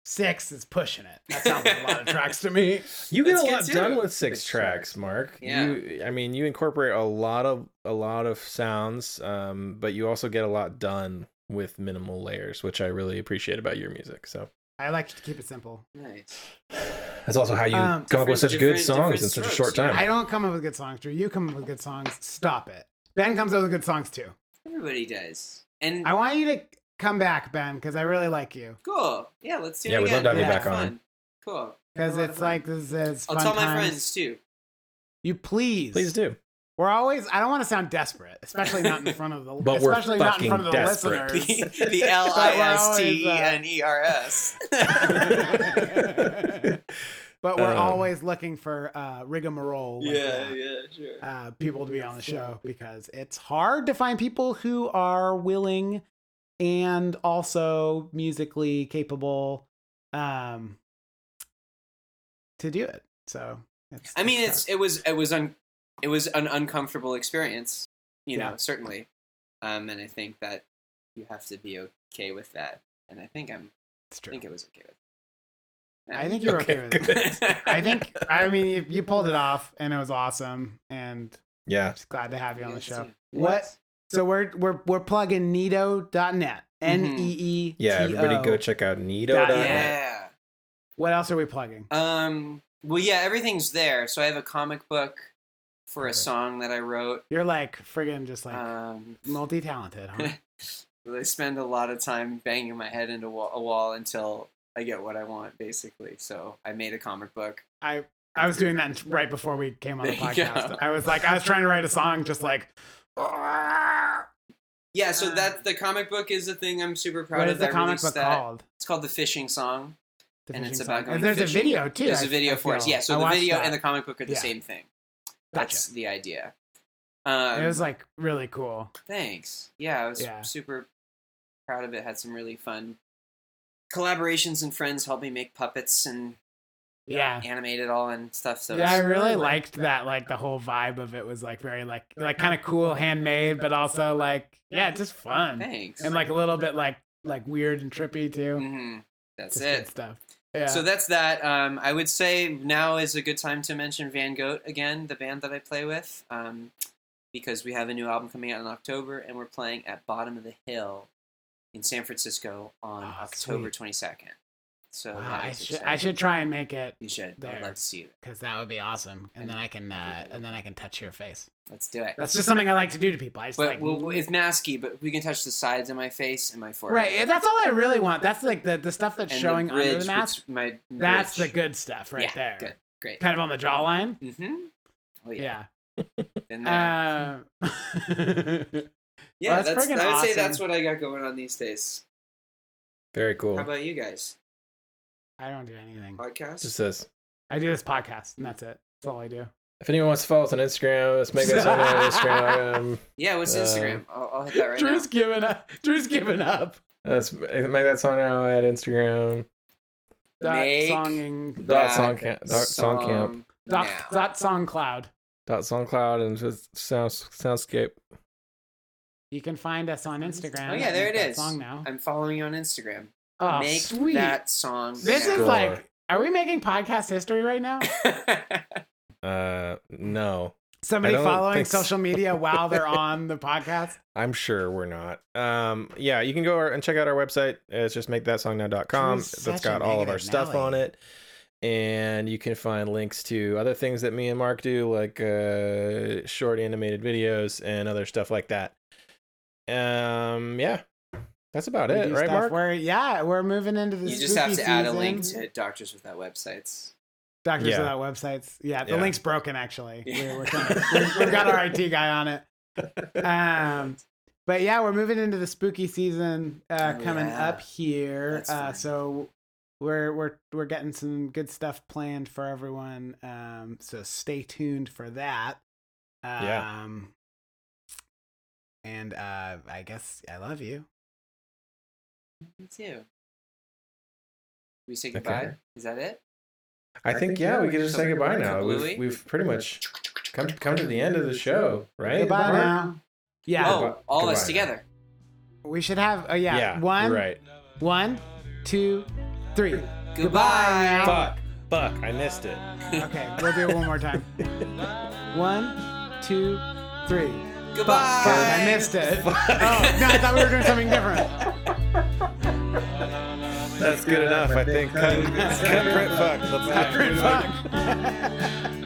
S2: six is pushing it. That sounds like a lot of tracks to me.
S1: You get
S4: That's
S1: a
S4: good
S1: lot
S4: too.
S1: done with six,
S4: Six
S1: tracks, Mark.
S4: Yeah.
S1: You, I mean, you incorporate a lot of a lot of sounds, um, but you also get a lot done with minimal layers, which I really appreciate about your music. So
S2: I like to keep it simple.
S4: Nice.
S1: that's also how you
S2: Um,
S1: come up with
S4: different-
S1: such good
S4: different-
S1: songs in
S4: different
S1: such a
S4: strokes,
S1: short
S4: yeah.
S1: time.
S2: I don't come up with good songs, Drew. You come up with good songs. Stop it. Ben comes up with good songs too.
S4: Everybody does. And
S2: I want you to come back, Ben, because I really like you.
S4: cool. Yeah, let's do
S1: Yeah,
S4: it
S1: we'd love
S4: again.
S1: to have
S2: you
S4: That'd
S1: back
S4: be
S1: on.
S4: fun. Cool.
S2: Because
S4: Have a lot of
S2: it's
S4: fun.
S2: like this is.
S4: I'll
S2: fun
S4: tell my
S2: times.
S4: friends too.
S2: You please,
S1: Please do.
S2: We're always. I don't want to sound desperate, especially not in front of the.
S1: But we're
S2: especially not in front
S1: fucking
S2: of the
S1: desperate.
S2: listeners.
S4: The, the L I S T E N E R S.
S2: uh, But we're
S1: Um,
S2: always looking for uh, rigmarole. like that,
S4: yeah, sure.
S2: Uh, people to be on the show because it's hard to find people who are willing and also musically capable um, to do it. So it's,
S4: I mean,
S2: tough.
S4: it's it was it was un it was an uncomfortable experience, you know,
S2: Yeah.
S4: certainly, um, and I think that you have to be okay with that, and I think I'm
S2: It's
S4: I
S2: true.
S4: think it was okay with. It.
S2: I think you're okay, with it. I think I mean you, you pulled it off and it was awesome and
S1: Yeah.
S2: just glad to have you on the
S4: Yes,
S2: show.
S4: yeah.
S2: What? So we're we're we're plugging Nito.net.
S4: Mm-hmm.
S2: N E E.
S1: Yeah. Everybody go
S2: T O.
S1: check out Nito.
S2: Dot-
S4: Yeah.
S2: What else are we plugging?
S4: Um. Well, yeah, everything's there. So I have a comic book for a song that I wrote.
S2: You're like friggin' just like
S4: Um,
S2: multi talented, huh?
S4: I spend a lot of time banging my head into wa- a wall until I get what I want basically. So I made a comic book.
S2: I I was doing that right before we came on the
S4: There you go.
S2: podcast. I was like, I was trying to write a song, just like.
S4: Yeah, so that the comic book is the thing I'm super
S2: Um,
S4: proud
S2: what
S4: of.
S2: is the
S4: I
S2: comic
S4: released
S2: book
S4: that.
S2: called?
S4: It's called The Fishing Song,
S2: The
S4: and it's
S2: fishing
S4: about
S2: song.
S4: going
S2: And there's
S4: fishing.
S2: a video too.
S4: There's
S2: a
S4: a video for us. Yeah, so the video and the comic book are the
S2: Yeah.
S4: same thing.
S2: Gotcha.
S4: That's the idea. Um,
S2: it was like really cool.
S4: thanks. Yeah, I was
S2: Yeah.
S4: super proud of it. Had some really fun collaborations and friends helped me make puppets and
S2: Yeah.
S4: animate it all and stuff. So
S2: yeah, I
S4: it's-
S2: really liked that. Like the whole vibe of it was like very like like kind of cool, handmade, but also like yeah, it's just fun
S4: thanks.
S2: and like a little bit like like weird and trippy too.
S4: hmm that's
S2: Just good
S4: it.
S2: stuff. Yeah.
S4: So that's that. Um, I would say now is a good time to mention Van Goat again, the band that I play with, um, because we have a new album coming out in October, and we're playing at Bottom of the Hill in San Francisco on
S2: Oh,
S4: October
S2: sweet.
S4: twenty second. So
S2: Wow,
S4: that
S2: I
S4: is
S2: should I
S4: exciting.
S2: should try and make it
S4: You should.
S2: there.
S4: I'd love to see you.
S2: because that would be awesome, and then I can uh and then I can touch your face.
S4: Let's do it.
S2: That's just something I like to do to people. I just
S4: but
S2: like
S4: we'll, it's masky, but we can touch the sides of my face and my forehead.
S2: right. and That's all I really want. That's like the the stuff that's
S4: And
S2: showing
S4: the bridge,
S2: under the mask.
S4: bet- My
S2: That's the
S4: bridge.
S2: good stuff right
S4: yeah,
S2: there.
S4: Good.
S2: Kind of on the jawline.
S4: Great. Mm-hmm. Oh, yeah.
S2: Yeah.
S4: And then-
S2: yeah. Um,
S4: Yeah,
S2: Well, that's
S4: that's,
S2: friggin'
S4: I would say
S2: awesome.
S4: that's what I got going on these days.
S1: Very cool.
S4: How about you guys?
S2: I don't do anything.
S4: Podcast?
S1: Just uh, this.
S2: I do this podcast, and that's it. That's all I do.
S1: If anyone wants to follow us on Instagram, let's make us on Instagram. Um,
S4: yeah, what's
S1: uh,
S4: Instagram? I'll, I'll hit that right
S2: Drew's
S4: now.
S2: giving up. Drew's giving up.
S1: let's make that song now at Instagram.
S2: Dot
S4: Make
S2: songing.
S1: Dot
S4: That
S1: song camp. Dot song camp.
S4: song
S2: Dot,
S4: now.
S2: dot song cloud.
S1: Dot SoundCloud and just sound soundscape.
S2: You can find us on Instagram.
S4: Oh, yeah,
S2: at
S4: there
S2: Make
S4: it
S2: That
S4: is.
S2: Song now.
S4: I'm following you on Instagram.
S2: oh,
S4: Make
S2: sweet.
S4: that song.
S2: this is
S1: Score.
S2: like. Are we making podcast history right now?
S1: Uh, no,
S2: Somebody
S1: don't
S2: following
S1: think so.
S2: social media while they're on the podcast.
S1: I'm sure we're not. Um, yeah, you can go our- and check out our website. It's just make that song now.com.
S2: He's
S1: That's
S2: such a
S1: got all of our
S2: negative
S1: stuff
S2: Nelly.
S1: on it. And you can find links to other things that me and Mark do, like uh, short animated videos and other stuff like that. Um, yeah, that's about
S2: We
S1: it,
S2: do
S1: right,
S2: stuff
S1: Mark?
S2: where- yeah, we're moving into the.
S4: you just have to
S2: spooky
S4: add a link
S2: season.
S4: to Doctors Without Websites.
S2: Doctors
S1: Yeah.
S2: Without Websites. Yeah, the
S1: Yeah.
S2: link's broken actually.
S4: Yeah.
S2: We're, we're trying to- we've- we've got our IT guy on it. Um, but yeah, we're moving into the spooky season uh,
S4: Oh,
S2: coming
S4: yeah.
S2: up here.
S4: That's
S2: Uh,
S4: fun.
S2: so we're we're we're getting some good stuff planned for everyone. Um, so stay tuned for that. Um,
S1: Yeah.
S2: And uh, I guess I love you.
S4: Me too. We say goodbye.
S1: Okay.
S4: Is that it?
S1: I
S4: I
S1: think,
S4: think,
S1: yeah,
S4: yeah,
S1: we
S4: we
S1: can
S4: can
S1: just
S4: say
S1: say goodbye
S4: goodbye to
S1: now.
S4: Louis.
S1: We've, we've pretty much come come to the end of the show, right?
S2: Goodbye
S1: Mark?
S2: now. Yeah.
S4: oh,
S1: Goodbye-
S4: all
S1: goodbye.
S4: us together.
S2: We should have. Oh yeah.
S1: Yeah,
S2: One.
S1: right.
S2: One, two, three.
S4: Goodbye.
S2: now.
S1: Fuck, fuck, I missed it.
S2: Okay, we'll do it one more time. One, two, three.
S4: Goodbye.
S2: Fuck, I missed it. Oh, no, I thought we were doing something different.
S1: That's good enough, I think. Cut, cut print fuck. Let's not print fuck.
S2: Fuck.